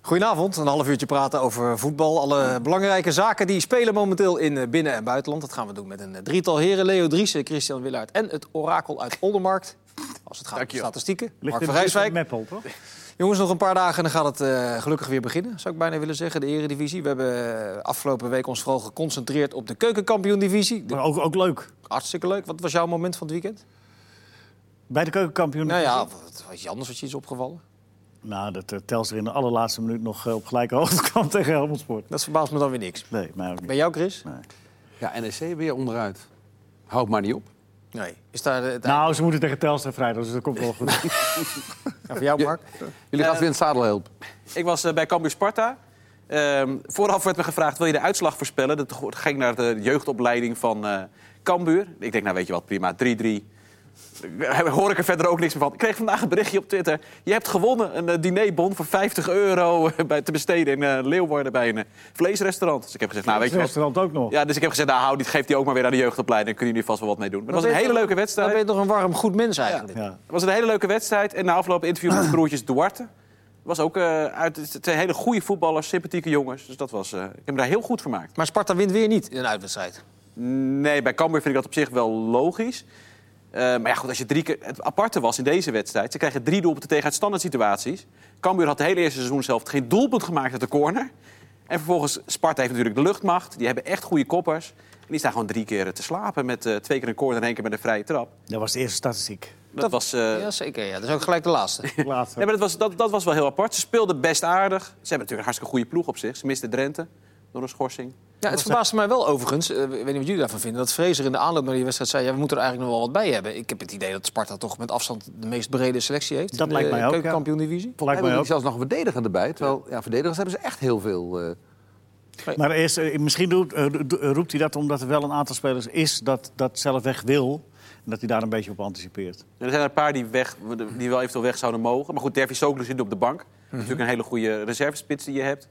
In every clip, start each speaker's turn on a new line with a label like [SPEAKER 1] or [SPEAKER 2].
[SPEAKER 1] Goedenavond, een half uurtje praten over voetbal. Alle belangrijke zaken die spelen momenteel in eh, binnen- en buitenland. Dat gaan we doen met een eh, drietal heren. Leo Driessen, Christian Willaert en het orakel uit Oldermarkt. Als het gaat om
[SPEAKER 2] Dankjewel.
[SPEAKER 1] statistieken.
[SPEAKER 3] Ligt
[SPEAKER 1] Mark
[SPEAKER 3] in
[SPEAKER 1] van
[SPEAKER 3] de buurt van
[SPEAKER 1] Rijswijk.
[SPEAKER 3] Meppel, toch?
[SPEAKER 1] Jongens, nog een paar dagen en dan gaat het eh, gelukkig weer beginnen, zou ik bijna willen zeggen. De eredivisie. We hebben eh, afgelopen week ons vooral geconcentreerd op de keukenkampioen-divisie. De-
[SPEAKER 3] Maar ook, ook leuk.
[SPEAKER 1] Hartstikke leuk. Wat was jouw moment van het weekend?
[SPEAKER 3] Bij de keukenkampioen.
[SPEAKER 1] Nou ja, wat was je anders wat je is opgevallen?
[SPEAKER 3] Nou, dat eh, Telstra in de allerlaatste minuut nog eh, op gelijke hoogte kwam tegen Helmond Sport.
[SPEAKER 1] Dat verbaast me dan weer niks.
[SPEAKER 3] Nee, mij ook
[SPEAKER 1] Bij
[SPEAKER 3] niet.
[SPEAKER 1] jou, Chris?
[SPEAKER 3] Nee.
[SPEAKER 2] Ja, NEC weer onderuit. Houd maar niet op.
[SPEAKER 1] Nee. Is daar het
[SPEAKER 3] Nou, ze moeten tegen Telstra vrijdag, dus dat komt wel goed.
[SPEAKER 1] ja, voor jou, Mark?
[SPEAKER 2] Jullie
[SPEAKER 3] Eh,
[SPEAKER 2] gaan weer in het zadel helpen.
[SPEAKER 4] Ik was eh, bij Cambuur Sparta. Ehm, vooraf werd me gevraagd, wil je de uitslag voorspellen? Dat go- ging naar de jeugdopleiding van eh Cambuur. Ik denk, nou weet je wat, prima, 3-3. Eh, Hoor ik er verder ook niks meer van. Ik kreeg vandaag een berichtje op Twitter. Je hebt gewonnen een eh, dinerbon voor 50 euro eh, bij, te besteden in eh, Leeuwarden bij een eh, vleesrestaurant. Dus ik heb gezegd, nou weet
[SPEAKER 3] Het
[SPEAKER 4] je wat.
[SPEAKER 3] restaurant ook nog.
[SPEAKER 4] Ja, dus ik heb gezegd, nou hou, die, geef die ook maar weer aan de jeugdopleiding. Dan kunnen jullie vast wel wat mee doen. Maar het was een hele leuke wedstrijd.
[SPEAKER 1] Dan ben je toch een warm, goed mens eigenlijk.
[SPEAKER 3] Ja.
[SPEAKER 4] Het was een hele leuke wedstrijd. En na afloop interview met de broertjes Duarte. Was ook eh, uit, het zijn hele goede voetballers, sympathieke jongens. Dus dat was, eh, ik heb me daar heel goed vermaakt.
[SPEAKER 1] Maar Sparta wint weer niet in een uitwedstrijd.
[SPEAKER 4] Nee, bij Cambuur vind ik dat op zich wel logisch. Eh, maar ja, goed, als je drie keer... Het aparte was in deze wedstrijd... ze krijgen drie doelpunten tegen uit standaard situaties. Cambuur had de hele eerste seizoen zelf geen doelpunt gemaakt uit de corner. En vervolgens, Sparta heeft natuurlijk de luchtmacht. Die hebben echt goede koppers. En die staan gewoon drie keer te slapen. Met eh, twee keer een corner en één keer met een vrije trap.
[SPEAKER 3] Dat was de eerste statistiek.
[SPEAKER 4] Dat, was... eh,
[SPEAKER 1] Ja, zeker. Ja. Dat is ook gelijk de laatste.
[SPEAKER 3] De laatste.
[SPEAKER 4] Nee, maar dat was, dat, dat was wel heel apart. Ze speelden best aardig. Ze hebben natuurlijk een hartstikke goede ploeg op zich. Ze misten Drenthe door een schorsing.
[SPEAKER 1] Ja, het verbaasde mij wel overigens, eh, ik weet niet wat jullie daarvan vinden... dat Fraser in de aanloop naar die wedstrijd zei... Ja, we moeten er eigenlijk nog wel wat bij hebben. Ik heb het idee dat Sparta toch met afstand de meest brede selectie heeft.
[SPEAKER 3] Dat lijkt mij ook, ja.
[SPEAKER 1] kampioen divisie.
[SPEAKER 3] Lijkt
[SPEAKER 2] hebben
[SPEAKER 3] mij
[SPEAKER 2] jullie
[SPEAKER 3] ook.
[SPEAKER 2] zelfs nog een verdediger erbij. Terwijl, ja, verdedigers hebben ze echt heel veel. eh.
[SPEAKER 3] Maar eerst, eh, misschien roept, eh, ro- roept hij dat omdat er wel een aantal spelers is dat, dat zelf weg wil. En dat hij daar een beetje op anticipeert.
[SPEAKER 4] En er zijn er een paar die, weg, die wel eventueel weg zouden mogen. Maar goed, Dervis Soklu zit op de bank.
[SPEAKER 3] Mhm.
[SPEAKER 4] Natuurlijk een hele goede reservespits die je hebt.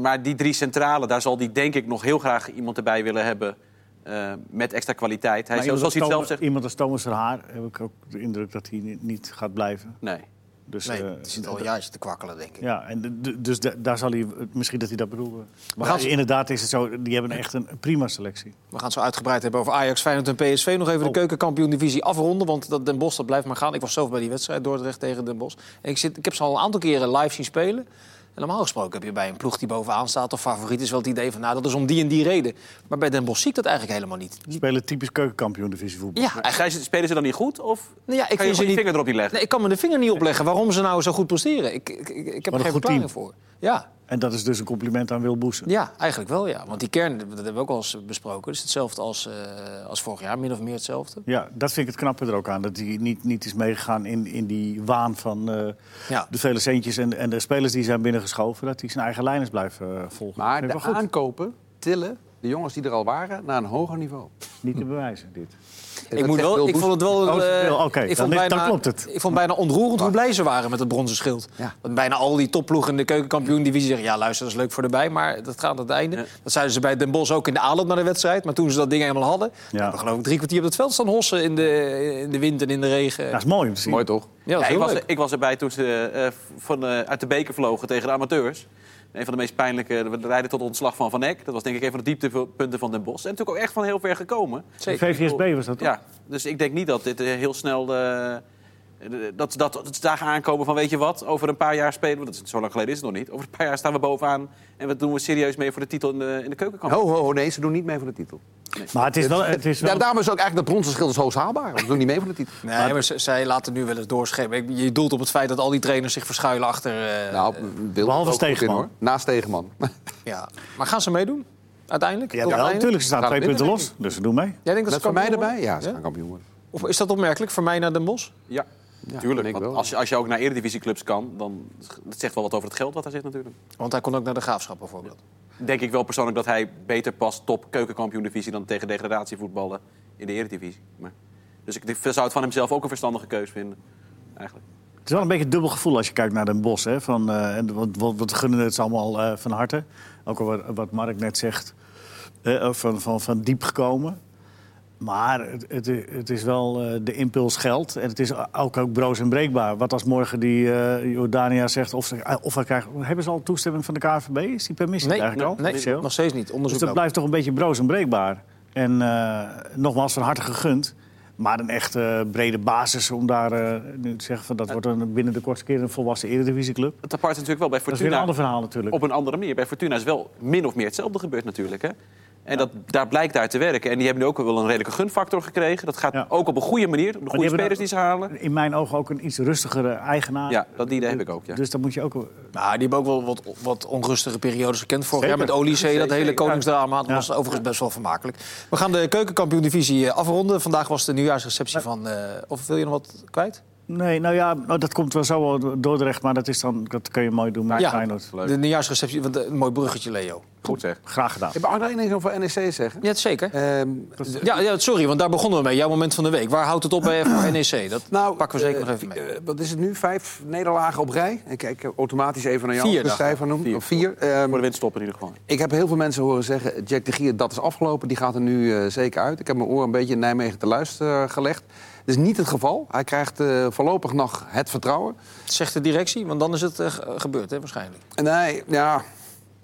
[SPEAKER 4] Maar die drie centralen, daar zal die denk ik nog heel graag iemand erbij willen hebben... eh, met extra kwaliteit. Hij,
[SPEAKER 3] Maar iemand
[SPEAKER 4] zelf- zoals hij het zelf
[SPEAKER 3] als
[SPEAKER 4] zegt...
[SPEAKER 3] Thomas- Iemand als Thomas Verhaar heb ik ook de indruk dat hij ni- niet gaat blijven.
[SPEAKER 4] Nee.
[SPEAKER 3] Dus,
[SPEAKER 1] Nee,
[SPEAKER 3] eh,
[SPEAKER 1] het zit al een jaartje te kwakkelen, denk ik.
[SPEAKER 3] Ja, en de- de- dus da- daar zal hij misschien dat hij dat bedoelde. Maar
[SPEAKER 1] gaan ze-
[SPEAKER 3] inderdaad is het zo, die hebben echt een prima selectie.
[SPEAKER 1] We gaan het zo uitgebreid hebben over Ajax, Feyenoord en PSV. Nog even de
[SPEAKER 3] Oh.
[SPEAKER 1] keukenkampioen-divisie afronden, want dat Den Bosch dat blijft maar gaan. Ik was zelf bij die wedstrijd, Dordrecht tegen Den Bosch. En ik, zit, ik heb ze al een aantal keren live zien spelen. En normaal gesproken heb je bij een ploeg die bovenaan staat of favoriet... is wel het idee van, nou, dat is om die en die reden. Maar bij Den Bosch zie ik dat eigenlijk helemaal niet.
[SPEAKER 3] Ze spelen typisch keukenkampioen divisie voetbal.
[SPEAKER 1] Ja, eigenlijk...
[SPEAKER 4] Zijn ze- Spelen ze dan niet goed? Of
[SPEAKER 1] Nou ja, ik
[SPEAKER 4] ik kan
[SPEAKER 1] vind ze
[SPEAKER 4] je gewoon je
[SPEAKER 1] niet...
[SPEAKER 4] vinger erop niet leggen?
[SPEAKER 1] Nee, ik kan me de vinger niet opleggen waarom ze nou zo goed presteren. Ik, ik, ik, ik heb
[SPEAKER 3] een
[SPEAKER 1] er geen
[SPEAKER 3] goed
[SPEAKER 1] verklaring voor. Ja,
[SPEAKER 3] En dat is dus een compliment aan Wil Boesen.
[SPEAKER 1] ja, eigenlijk wel, ja. Want die kern, dat hebben we ook al eens besproken... is hetzelfde als, eh, als vorig jaar, min of meer hetzelfde.
[SPEAKER 3] Ja, dat vind ik het knappe er ook aan. Dat hij niet, niet is meegegaan in, in die waan van eh,
[SPEAKER 1] Ja.
[SPEAKER 3] de vele centjes en, en de spelers die zijn binnengeschoven. Dat hij zijn eigen lijn is blijven eh, volgen.
[SPEAKER 2] Maar
[SPEAKER 3] Vind
[SPEAKER 2] de
[SPEAKER 3] ik wel goed.
[SPEAKER 2] aankopen tillen de jongens die er al waren naar een hoger niveau.
[SPEAKER 3] Niet te bewijzen, dit.
[SPEAKER 2] En
[SPEAKER 1] Ik,
[SPEAKER 2] dat
[SPEAKER 1] moet
[SPEAKER 2] zegt
[SPEAKER 1] wel,
[SPEAKER 2] Wil
[SPEAKER 1] ik vond
[SPEAKER 2] Boes-
[SPEAKER 1] het wel.
[SPEAKER 3] Oh,
[SPEAKER 1] eh,
[SPEAKER 3] wel, oké,
[SPEAKER 1] ik
[SPEAKER 3] dan
[SPEAKER 1] vond
[SPEAKER 3] is- dan klopt het.
[SPEAKER 1] Ik vond bijna ontroerend hoe blij ze waren met het bronzen schild.
[SPEAKER 2] Ja.
[SPEAKER 1] Want bijna al die topploegen in de keukenkampioen-divisie zeggen: ja, luister, dat is leuk voor erbij, maar dat gaat aan het einde.
[SPEAKER 4] Ja.
[SPEAKER 1] Dat zeiden ze bij Den Bosch ook in de aanloop naar de wedstrijd. Maar toen ze dat ding helemaal hadden,
[SPEAKER 3] Ja.
[SPEAKER 1] hebben we geloof ik drie kwartier op het veld staan hossen in de, in de wind en in de regen.
[SPEAKER 3] Dat is mooi om te zien.
[SPEAKER 2] Mooi toch?
[SPEAKER 1] Ja, dat
[SPEAKER 4] Ja,
[SPEAKER 1] is
[SPEAKER 4] ik,
[SPEAKER 1] heel
[SPEAKER 4] was,
[SPEAKER 1] leuk.
[SPEAKER 4] ik was erbij toen ze eh, van, eh, uit de beker vlogen tegen de amateurs. Een van de meest pijnlijke, we rijden tot ontslag van Van Eck. Dat was denk ik een van de dieptepunten van Den Bosch. En natuurlijk ook echt van heel ver gekomen.
[SPEAKER 3] De
[SPEAKER 1] Zeker.
[SPEAKER 3] VVSB was dat toch?
[SPEAKER 4] Ja, dus ik denk niet dat dit eh, heel snel... eh, dat, dat, dat ze daar gaan aankomen van, weet je wat, over een paar jaar spelen... we- Dat is, zo lang geleden is het nog niet. Over een paar jaar staan we bovenaan en wat doen we serieus mee voor de titel in de, in de keukenkamp.
[SPEAKER 2] Ho, ho, ho, nee, ze doen niet mee voor de titel.
[SPEAKER 3] Maar het is wel... Het is
[SPEAKER 2] Ja,
[SPEAKER 3] wel...
[SPEAKER 2] daarom is ook eigenlijk dat bronzen schild is hoogst haalbaar. want Ze doen niet mee voor de titel.
[SPEAKER 1] Nee, maar ze- zij laten nu wel eens doorschemen. Ik- Je doelt op het feit dat al die trainers zich verschuilen achter. eh,
[SPEAKER 2] Nou, Wil
[SPEAKER 3] Behalve
[SPEAKER 2] ook goed in,
[SPEAKER 3] Stegeman.
[SPEAKER 2] hoor. Naast Stegeman.
[SPEAKER 1] ja. Maar gaan ze meedoen? Uiteindelijk?
[SPEAKER 3] Ja,
[SPEAKER 1] Tot het einde?
[SPEAKER 3] natuurlijk, ze staan
[SPEAKER 2] Gaat
[SPEAKER 3] twee
[SPEAKER 2] winnen,
[SPEAKER 3] punten los. Dus ze doen mee.
[SPEAKER 1] Jij denkt dat
[SPEAKER 2] Met
[SPEAKER 1] ze
[SPEAKER 2] Van mij
[SPEAKER 1] kampioen
[SPEAKER 2] erbij?
[SPEAKER 1] worden?
[SPEAKER 2] Ja, ze gaan kampioen worden.
[SPEAKER 1] Of is dat opmerkelijk voor mij naar Den Bosch?
[SPEAKER 4] Ja,
[SPEAKER 2] Ja,
[SPEAKER 4] tuurlijk.
[SPEAKER 2] denk ik
[SPEAKER 4] Want
[SPEAKER 2] wel.
[SPEAKER 4] als, je, als je ook naar eredivisieclubs kan, dan dat zegt wel wat over het geld wat daar zit natuurlijk.
[SPEAKER 1] Want hij kon ook naar de graafschap bijvoorbeeld.
[SPEAKER 4] denk ik wel persoonlijk dat hij beter past top keukenkampioen-divisie dan tegen degradatievoetballen in de Eredivisie. Maar, dus ik zou het van hemzelf ook een verstandige keus vinden. Eigenlijk.
[SPEAKER 3] Het is wel een beetje een dubbel gevoel als je kijkt naar Den Bosch. Hè? Van, eh, en wat, wat, wat gunnen het ze allemaal eh, van eh, harte. Ook al wat, wat Mark net zegt, eh, van, van, van diep gekomen. Maar het, het, het is wel eh, de impuls geld. En het is ook, ook broos en breekbaar. Wat als morgen die eh Jordania zegt of, ze, eh, of hij krijgt... Hebben ze al toestemming van de KVB? Is die permissie
[SPEAKER 1] Nee,
[SPEAKER 3] eigenlijk al?
[SPEAKER 1] nee,
[SPEAKER 3] Officieel?
[SPEAKER 1] nog steeds niet.
[SPEAKER 3] Dus
[SPEAKER 1] Onderzoek
[SPEAKER 3] dat
[SPEAKER 1] loopt.
[SPEAKER 3] blijft toch een beetje broos en breekbaar. En eh, nogmaals, van harte gegund. Maar een echt eh, brede basis om daar eh, nu te zeggen... Van, dat wordt een, binnen de kortste keer een volwassen eredivisieclub.
[SPEAKER 4] Het apart is natuurlijk wel bij
[SPEAKER 3] Dat is weer een
[SPEAKER 4] Fortuna.
[SPEAKER 3] ander verhaal natuurlijk.
[SPEAKER 4] Op een andere manier. Bij Fortuna is wel min of meer hetzelfde gebeurd natuurlijk. Hè? En dat, daar blijkt daar te werken. En die hebben nu ook wel een redelijke gunfactor gekregen. Dat gaat
[SPEAKER 3] Ja.
[SPEAKER 4] ook op een goede manier. De goede
[SPEAKER 3] hebben
[SPEAKER 4] spelers die
[SPEAKER 3] dan-
[SPEAKER 4] ze halen.
[SPEAKER 3] In mijn ogen ook een iets rustigere eigenaar.
[SPEAKER 4] Ja, dat idee heb ik ook. Ja.
[SPEAKER 3] Dus dat moet je ook...
[SPEAKER 1] Nou, die hebben ook wel wat, wat onrustige periodes gekend. Vorig
[SPEAKER 3] Zeker.
[SPEAKER 1] jaar met Olysee, dat
[SPEAKER 4] Zeker,
[SPEAKER 1] hele
[SPEAKER 4] ja.
[SPEAKER 1] koningsdrama. Dat
[SPEAKER 3] Ja.
[SPEAKER 1] was overigens best wel vermakelijk. We gaan de keukenkampioen-divisie eh, afronden. Vandaag was de nieuwjaarsreceptie van... eh, of wil je nog wat kwijt?
[SPEAKER 3] Nee, nou ja, nou, dat komt wel zo door Dordrecht. Maar dat, is dan, dat kun je mooi doen met
[SPEAKER 1] Ja.
[SPEAKER 3] Feyenoord.
[SPEAKER 4] Leuk.
[SPEAKER 1] De nieuwjaarsreceptie, want, eh, een mooi bruggetje, Leo.
[SPEAKER 4] Goed zeg.
[SPEAKER 3] Graag gedaan.
[SPEAKER 2] Ik mag nog één ding over NEC E zeggen.
[SPEAKER 1] Ja, zeker.
[SPEAKER 2] Ehm,
[SPEAKER 1] Ja, ja, sorry, want daar begonnen we mee. Jouw moment van de week. Waar houdt het op bij voor NEC? Dat
[SPEAKER 2] nou,
[SPEAKER 1] pakken we zeker
[SPEAKER 2] eh,
[SPEAKER 1] nog even mee.
[SPEAKER 2] eh, wat is het nu? Vijf nederlagen op rij? Ik kijk automatisch even naar jou.
[SPEAKER 1] Vier,
[SPEAKER 2] als ik
[SPEAKER 1] dacht
[SPEAKER 2] de cijfer noem.
[SPEAKER 4] Vier.
[SPEAKER 2] Of Vier. Ehm,
[SPEAKER 4] Voor de winst stoppen in ieder geval.
[SPEAKER 2] Ik heb heel veel mensen horen zeggen... Jack de Gier, dat is afgelopen. Die gaat er nu eh, zeker uit. Ik heb mijn oor een beetje in Nijmegen te luisteren gelegd. Dat is niet het geval. Hij krijgt eh, voorlopig nog het vertrouwen.
[SPEAKER 1] Zegt de directie, want dan is het eh, ge- gebeurd, hè, waarschijnlijk.
[SPEAKER 2] Nee, ja.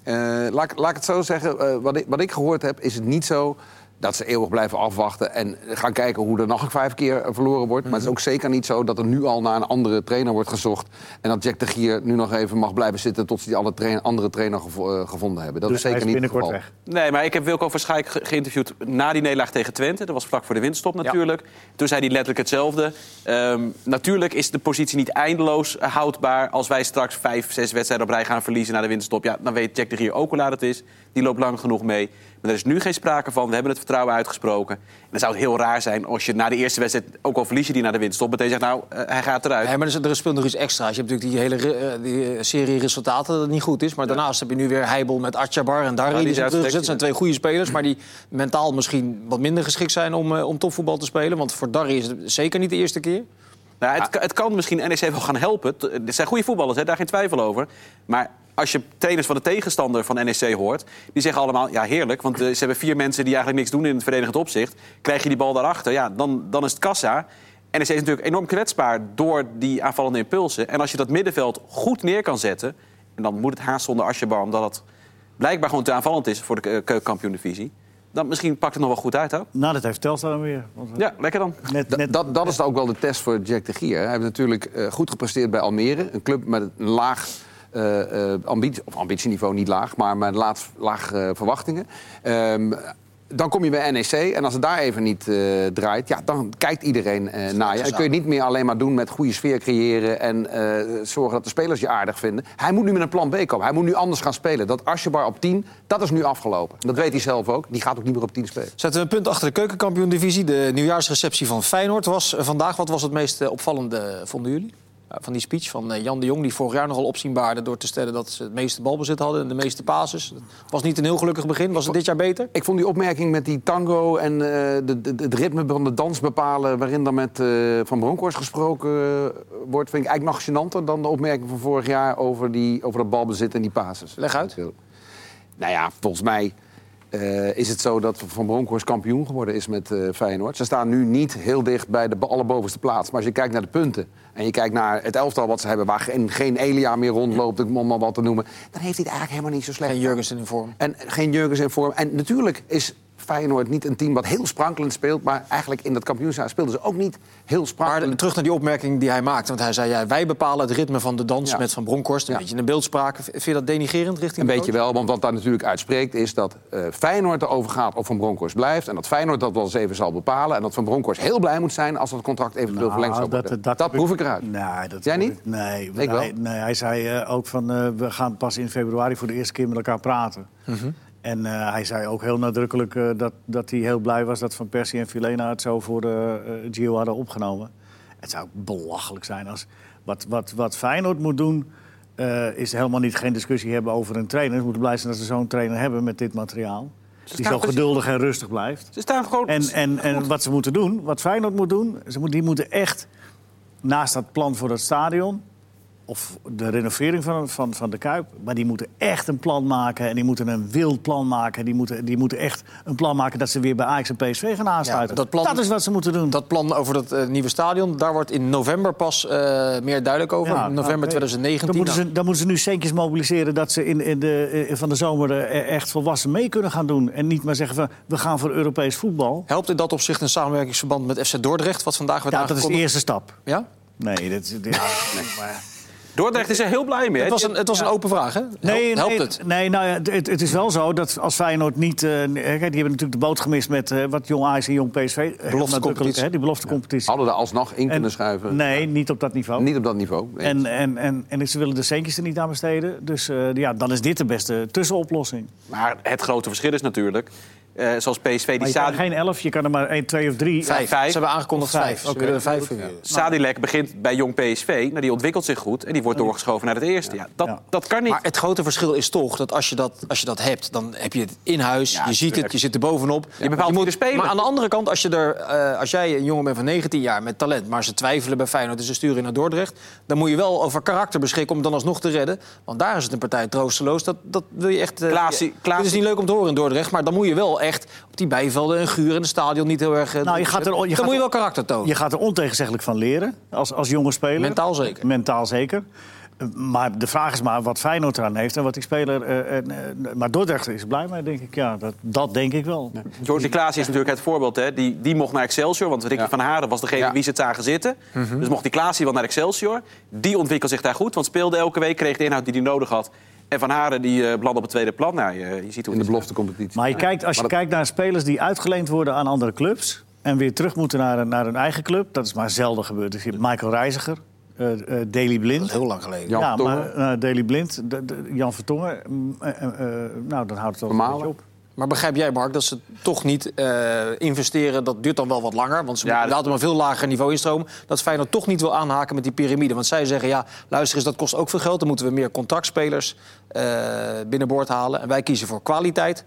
[SPEAKER 2] Eh, laat, ik- laat ik het zo zeggen. Eh, wat, ik, wat ik gehoord heb, is het niet zo dat ze eeuwig blijven afwachten en gaan kijken hoe er nog vijf keer eh, verloren wordt. Maar het
[SPEAKER 3] Mhm.
[SPEAKER 2] is ook zeker niet zo dat er nu al naar een andere trainer wordt gezocht. En dat Jack de Gier nu nog even mag blijven zitten tot ze die alle train- andere trainer gevo- eh, gevonden hebben. Dat
[SPEAKER 3] Dus
[SPEAKER 2] is zeker
[SPEAKER 3] hij is
[SPEAKER 2] niet het
[SPEAKER 3] binnenkort
[SPEAKER 2] geval.
[SPEAKER 3] weg.
[SPEAKER 4] Nee, maar ik heb Wilco van Schaik ge- geïnterviewd na die nederlaag tegen Twente. Dat was vlak voor de winststop natuurlijk. Toen zei hij letterlijk hetzelfde. Ehm, natuurlijk is de positie niet eindeloos houdbaar. Als wij straks vijf, zes wedstrijden op rij gaan verliezen na de winststop... Ja, dan weet Jack de Gier ook hoe laat het is. Die loopt lang genoeg mee. Maar er is nu geen sprake van. We hebben het vertrouwen uitgesproken. En dan zou het heel raar zijn als je na de eerste wedstrijd... ook al verlies je die na de winststop... meteen zegt, nou, eh, hij gaat eruit.
[SPEAKER 1] Nee, maar er is- er speelt nog iets extra's. Je hebt natuurlijk die hele re- eh, die eh, serie resultaten dat het niet goed is. Maar daarnaast heb je nu weer Heibel met Atjabar en Dari.
[SPEAKER 4] die
[SPEAKER 1] Die
[SPEAKER 4] is
[SPEAKER 1] zijn
[SPEAKER 4] uit de
[SPEAKER 1] teruggezet. Dat zijn
[SPEAKER 4] selectie,
[SPEAKER 1] twee goede spelers, maar die mentaal misschien wat minder geschikt zijn om, eh, om topvoetbal te spelen. Want voor Dari is het zeker niet de eerste keer.
[SPEAKER 4] Nou,
[SPEAKER 1] Ah.
[SPEAKER 4] het, kan- het kan misschien NEC wel gaan helpen. T- Het zijn goede voetballers, hè, daar geen twijfel over. Maar als je trainers van de tegenstander van NEC hoort... die zeggen allemaal, ja heerlijk, want eh, ze hebben vier mensen... die eigenlijk niks doen in het verdedigend opzicht. Krijg je die bal daarachter, ja, dan, dan is het kassa. NEC is natuurlijk enorm kwetsbaar door die aanvallende impulsen. En als je dat middenveld goed neer kan zetten... en dan moet het haast zonder Asjebar, omdat het blijkbaar gewoon te aanvallend is... voor de eh, keukenkampioen-divisie. Dan misschien pakt het nog wel goed uit, ook.
[SPEAKER 3] Nou, dat heeft Telstar dan weer. Want
[SPEAKER 4] Ja, lekker dan.
[SPEAKER 3] net,
[SPEAKER 2] Da-
[SPEAKER 3] net,
[SPEAKER 2] dat, dat is ook wel de test voor Jack de Gier. Hij heeft natuurlijk eh, goed gepresteerd bij Almere. Een club met een laag eh, eh, ambitie, of ambitieniveau niet laag, maar met laag, laag eh, verwachtingen. Ehm, dan kom je bij NEC en als het daar even niet eh, draait, ja, dan kijkt iedereen eh, naar je. En kun je niet meer alleen maar doen met goede sfeer creëren en eh, zorgen dat de spelers je aardig vinden. Hij moet nu met een plan B komen. Hij moet nu anders gaan spelen. Dat Asjebar op 10, dat is nu afgelopen. Dat weet hij zelf ook. Die gaat ook niet meer op 10 spelen.
[SPEAKER 1] Zetten we een punt achter de keukenkampioen-divisie. De nieuwjaarsreceptie van Feyenoord was eh, vandaag. Wat was het meest eh, opvallende, eh, vonden jullie? Ja, Van die speech van eh, Jan de Jong, die vorig jaar nogal opzienbaarde... door te stellen dat ze het meeste balbezit hadden en de meeste pases. Het was niet een heel gelukkig begin. Was het dit jaar beter?
[SPEAKER 2] Ik vond die opmerking met die tango en eh, de, de- het ritme van de dans bepalen... waarin dan met eh, Van Bronckhorst gesproken eh, wordt... vind ik eigenlijk nog gênanter dan de opmerking van vorig jaar... over, die, over dat balbezit en die pases.
[SPEAKER 1] Leg uit.
[SPEAKER 2] Nou ja, volgens mij eh, is het zo dat Van Bronckhorst kampioen geworden is met eh, Feyenoord. Ze staan nu niet heel dicht bij de allerbovenste plaats. Maar als je kijkt naar de punten en je kijkt naar het elftal wat ze hebben... waar geen, geen Elia meer rondloopt, om maar wat te noemen... dan heeft hij het eigenlijk helemaal niet zo slecht.
[SPEAKER 1] En Jurgensen in vorm.
[SPEAKER 2] En geen Jurgens in vorm. En natuurlijk is Feyenoord niet een team wat heel sprankelend speelt. Maar eigenlijk in dat kampioenschap speelden ze ook niet heel
[SPEAKER 1] Maar de-
[SPEAKER 2] sprankelend.
[SPEAKER 1] terug naar die opmerking die hij maakte. Want hij zei, ja, wij bepalen het ritme van de dans
[SPEAKER 2] Ja.
[SPEAKER 1] met Van Bronckhorst. Een
[SPEAKER 2] Ja.
[SPEAKER 1] beetje een beeldspraak. V- Vind je dat denigerend richting
[SPEAKER 2] Een
[SPEAKER 1] de
[SPEAKER 2] beetje
[SPEAKER 1] coach?
[SPEAKER 2] wel, want wat daar natuurlijk uitspreekt is dat eh Feyenoord erover gaat of Van Bronckhorst blijft. En dat Feyenoord dat wel eens even zal bepalen. En dat Van Bronckhorst heel blij moet zijn als dat contract eventueel
[SPEAKER 3] Nou,
[SPEAKER 2] verlengd zou
[SPEAKER 3] dat-
[SPEAKER 2] worden. Dat,
[SPEAKER 3] dat-
[SPEAKER 2] proef ik eruit.
[SPEAKER 3] Nee, dat
[SPEAKER 2] Jij niet?
[SPEAKER 3] Nee, want
[SPEAKER 2] Ik wel.
[SPEAKER 3] Hij, nee, hij zei eh, ook van eh, we gaan pas in februari voor de eerste keer met elkaar praten.
[SPEAKER 2] Mhm.
[SPEAKER 3] En eh, hij zei ook heel nadrukkelijk eh, dat, dat hij heel blij was dat Van Persie en Filena het zo voor eh, eh, Gio hadden opgenomen. Het zou ook belachelijk zijn als wat, wat, wat Feyenoord moet doen. eh, is helemaal niet geen discussie hebben over een trainer. Ze moeten blij zijn dat ze zo'n trainer hebben met dit materiaal. Die
[SPEAKER 4] staan
[SPEAKER 3] zo
[SPEAKER 4] precies-
[SPEAKER 3] geduldig en rustig blijft.
[SPEAKER 4] Ze staan gewoon...
[SPEAKER 3] En, en, en wat ze moeten doen, wat Feyenoord moet doen... Ze moet, die moeten echt naast dat plan voor dat stadion... of de renovering van, van, van de Kuip. Maar die moeten echt een plan maken. En die moeten een wild plan maken. Die moeten, die moeten echt een plan maken dat ze weer bij Ajax en PSV gaan aansluiten.
[SPEAKER 1] dat
[SPEAKER 3] dat,
[SPEAKER 1] plan-
[SPEAKER 3] is wat ze moeten doen.
[SPEAKER 1] Dat plan over dat eh, nieuwe stadion, daar wordt in november pas eh, meer duidelijk over.
[SPEAKER 3] Ja, nou,
[SPEAKER 1] in november Nou,
[SPEAKER 3] oké.
[SPEAKER 1] 2019.
[SPEAKER 3] Dan moeten, ze, dan moeten ze nu centjes mobiliseren dat ze in, in de, eh, van de zomer eh, echt volwassen mee kunnen gaan doen. En niet maar zeggen van we gaan voor Europees voetbal.
[SPEAKER 1] Helpt in dat opzicht een samenwerkingsverband met FC Dordrecht, wat vandaag werd
[SPEAKER 3] Ja, dat is de
[SPEAKER 1] aangekondigd?
[SPEAKER 3] eerste stap.
[SPEAKER 1] Ja?
[SPEAKER 3] Nee, dat, is- ja, maar-
[SPEAKER 4] Dordrecht is er heel blij mee.
[SPEAKER 1] Het
[SPEAKER 4] hè?
[SPEAKER 1] was een, het was een open vraag, hè? Helpt,
[SPEAKER 3] Nee,
[SPEAKER 1] helpt
[SPEAKER 3] nee,
[SPEAKER 1] het?
[SPEAKER 3] Nee, nou ja, het, het is wel zo dat als Feyenoord niet... eh, kijk, die hebben natuurlijk de boot gemist met eh, wat jong Ajax en jong PSV. Heel nadrukkelijk,
[SPEAKER 1] competitie.
[SPEAKER 3] Eh, hè, Die belofte competitie.
[SPEAKER 2] Hadden er alsnog in kunnen
[SPEAKER 3] En-
[SPEAKER 2] schuiven.
[SPEAKER 3] Nee, niet op dat niveau.
[SPEAKER 2] Niet op dat niveau. Nee.
[SPEAKER 3] En, en, en, en ze willen de centjes er niet aan besteden. Dus eh, ja, dan is dit de beste tussenoplossing.
[SPEAKER 4] Maar het grote verschil is natuurlijk, eh, zoals PSV, die
[SPEAKER 3] Maar je kan er
[SPEAKER 4] Sadi,
[SPEAKER 3] geen elf, je kan er maar één, twee of drie.
[SPEAKER 1] Vijf.
[SPEAKER 4] vijf.
[SPEAKER 1] Ze hebben aangekondigd
[SPEAKER 3] Of
[SPEAKER 1] vijf.
[SPEAKER 3] vijf,
[SPEAKER 1] Ze
[SPEAKER 3] oké.
[SPEAKER 1] willen er vijf fungeren.
[SPEAKER 4] Sadilek begint bij jong PSV. Nou, die ontwikkelt zich goed en die wordt doorgeschoven naar het eerste. Ja, dat,
[SPEAKER 3] Ja.
[SPEAKER 4] dat kan niet.
[SPEAKER 1] Maar het grote verschil is toch dat als je dat, als je dat hebt, dan heb je het in huis, je ziet het,
[SPEAKER 4] tuurlijk.
[SPEAKER 1] je zit er bovenop.
[SPEAKER 4] Je bepaalt wie er spelen.
[SPEAKER 1] Maar aan de andere kant, als, je er, eh, als jij een jongen bent van 19 jaar met talent, maar ze twijfelen bij Feyenoord en ze sturen je naar Dordrecht, dan moet je wel over karakter beschikken om dan alsnog te redden. Want daar is het een partij troosteloos. Dat, dat wil je echt. eh,
[SPEAKER 4] Klaasie-
[SPEAKER 1] ja,
[SPEAKER 4] Klaasie-
[SPEAKER 1] Dit is niet leuk om te horen in Dordrecht, maar dan moet je wel echt op die bijvelden en guren in het stadion niet heel erg. eh,
[SPEAKER 3] Nou, je gaat er-
[SPEAKER 1] dan
[SPEAKER 3] je gaat
[SPEAKER 1] moet je
[SPEAKER 3] er-
[SPEAKER 1] wel karakter tonen.
[SPEAKER 3] Je gaat er ontegenzeggelijk van leren als, als jonge speler.
[SPEAKER 1] Mentaal zeker.
[SPEAKER 3] Mentaal zeker. Eh, Maar de vraag is maar wat Feyenoord eraan heeft en wat die speler... eh, en, eh, maar Dordrecht is er blij mee, denk ik. Ja, dat, dat denk ik wel.
[SPEAKER 4] Jordi Klaas is natuurlijk het voorbeeld. Hè. Die, die mocht naar Excelsior, want Ricky
[SPEAKER 2] Ja.
[SPEAKER 4] van Haren was degene
[SPEAKER 2] Ja.
[SPEAKER 4] wie ze het zagen zitten. Dus mocht die Klaas wel naar Excelsior. Die ontwikkelt zich daar goed, want speelde elke week, kreeg de inhoud die hij nodig had. En van Haren die eh belandde op het tweede plan. Nou, je, je ziet hoe
[SPEAKER 2] in de
[SPEAKER 4] het is.
[SPEAKER 2] beloftecompetitie.
[SPEAKER 3] Maar je kijkt, als je kijkt naar spelers die uitgeleend worden aan andere clubs... en weer terug moeten naar, een- naar hun eigen club... dat is maar zelden gebeurd. Dus je hebt Michael Reiziger, eh eh, Daley
[SPEAKER 1] Dat
[SPEAKER 3] Blind...
[SPEAKER 1] is heel lang geleden.
[SPEAKER 2] Jan
[SPEAKER 3] ja,
[SPEAKER 2] Vertongen.
[SPEAKER 3] maar eh, Daley Blind, de- de- Jan Vertongen... mm, eh, eh, eh, nou, dan houdt het wel een
[SPEAKER 2] Vermalen.
[SPEAKER 3] beetje op.
[SPEAKER 1] Maar begrijp jij, Mark, dat ze toch niet eh, investeren? Dat duurt dan wel wat langer, want ze moeten
[SPEAKER 4] Ja, dat-
[SPEAKER 1] inderdaad op een veel lager niveau instromen. Dat Feyenoord toch niet wil aanhaken met die piramide. Want zij zeggen, ja, luister eens, dat kost ook veel geld. Dan moeten we meer contractspelers eh, binnenboord halen. En wij kiezen voor kwaliteit.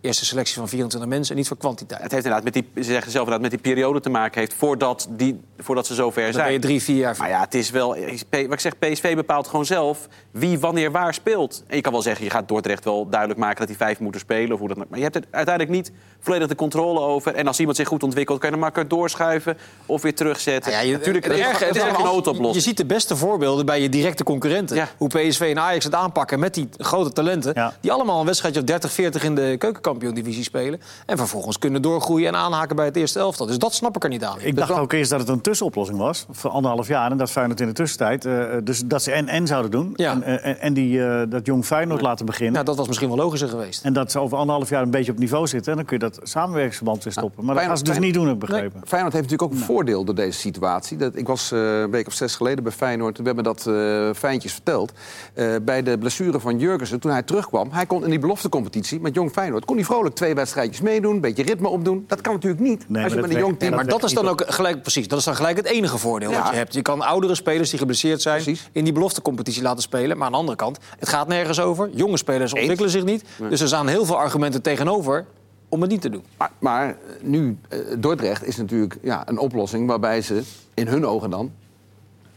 [SPEAKER 1] Eerste selectie van 24 mensen en niet voor kwantiteit.
[SPEAKER 4] Het heeft inderdaad met die, ze zeggen zelf inderdaad met die periode te maken heeft voordat, die, voordat ze zover
[SPEAKER 1] Dan ben je
[SPEAKER 4] zijn.
[SPEAKER 1] drie, vier jaar
[SPEAKER 4] Maar ja, het is wel. eh, P- Wat ik zeg, PSV bepaalt gewoon zelf wie wanneer waar speelt. En je kan wel zeggen, je gaat Dordrecht wel duidelijk maken dat die vijf moeten spelen. Of hoe dat, maar je hebt er uiteindelijk niet volledig de controle over. En als iemand zich goed ontwikkelt, kan je hem makkelijk doorschuiven of weer terugzetten.
[SPEAKER 1] Nou ja, je-
[SPEAKER 4] Natuurlijk,
[SPEAKER 1] het
[SPEAKER 4] dat is-
[SPEAKER 1] erge-
[SPEAKER 4] dat is
[SPEAKER 1] het
[SPEAKER 4] echt
[SPEAKER 1] erge-
[SPEAKER 4] een
[SPEAKER 1] je, je
[SPEAKER 4] noodoplossing.
[SPEAKER 1] ziet de beste voorbeelden bij je directe concurrenten.
[SPEAKER 4] Ja.
[SPEAKER 1] Hoe PSV en Ajax het aanpakken met die grote talenten.
[SPEAKER 3] Ja.
[SPEAKER 1] Die allemaal een wedstrijdje of 30, 40 in de keukenkampioen-divisie spelen. En vervolgens kunnen doorgroeien en aanhaken bij het eerste elftal. Dus dat snap ik er niet aan.
[SPEAKER 3] Ik dacht ook eerst dat het een tussenoplossing was voor anderhalf jaar. En dat Feyenoord in de tussentijd. eh, dus dat ze en en zouden doen.
[SPEAKER 1] Ja.
[SPEAKER 3] En, eh, en, en die, eh, dat jong Feyenoord laten beginnen.
[SPEAKER 1] Nou, dat was misschien wel logischer geweest.
[SPEAKER 3] En dat ze over anderhalf jaar een beetje op niveau zitten. En dan kun je dat samenwerkingsverband weer stoppen. Maar dat gaan ze dus niet doen, heb ik begrepen. Nou.
[SPEAKER 2] Feyenoord heeft natuurlijk ook een voordeel door deze situatie. Dat, ik was eh, een week of zes geleden bij Feyenoord. We hebben dat eh, fijntjes verteld. Eh, bij de blessure van Jurgensen, toen hij terugkwam... hij kon in die beloftecompetitie met Jong Feyenoord... kon hij vrolijk twee wedstrijdjes meedoen, een beetje ritme opdoen. Dat kan natuurlijk niet
[SPEAKER 3] maar
[SPEAKER 2] als je
[SPEAKER 3] dat
[SPEAKER 2] met een
[SPEAKER 3] werkt-
[SPEAKER 2] jong
[SPEAKER 3] nee,
[SPEAKER 2] team...
[SPEAKER 1] maar dat
[SPEAKER 3] werkt
[SPEAKER 1] is dan
[SPEAKER 3] niet
[SPEAKER 1] ook gelijk, precies, dat is dan gelijk het enige voordeel
[SPEAKER 2] Ja.
[SPEAKER 1] wat je hebt. Je kan oudere spelers die geblesseerd zijn
[SPEAKER 2] Precies.
[SPEAKER 1] in die beloftecompetitie laten spelen. Maar aan de andere kant, het gaat nergens over. Jonge spelers ontwikkelen zich niet. Dus er staan heel veel argumenten tegenover om het niet te doen.
[SPEAKER 2] Maar, maar nu, eh, Dordrecht is natuurlijk ja, een oplossing waarbij ze in hun ogen dan...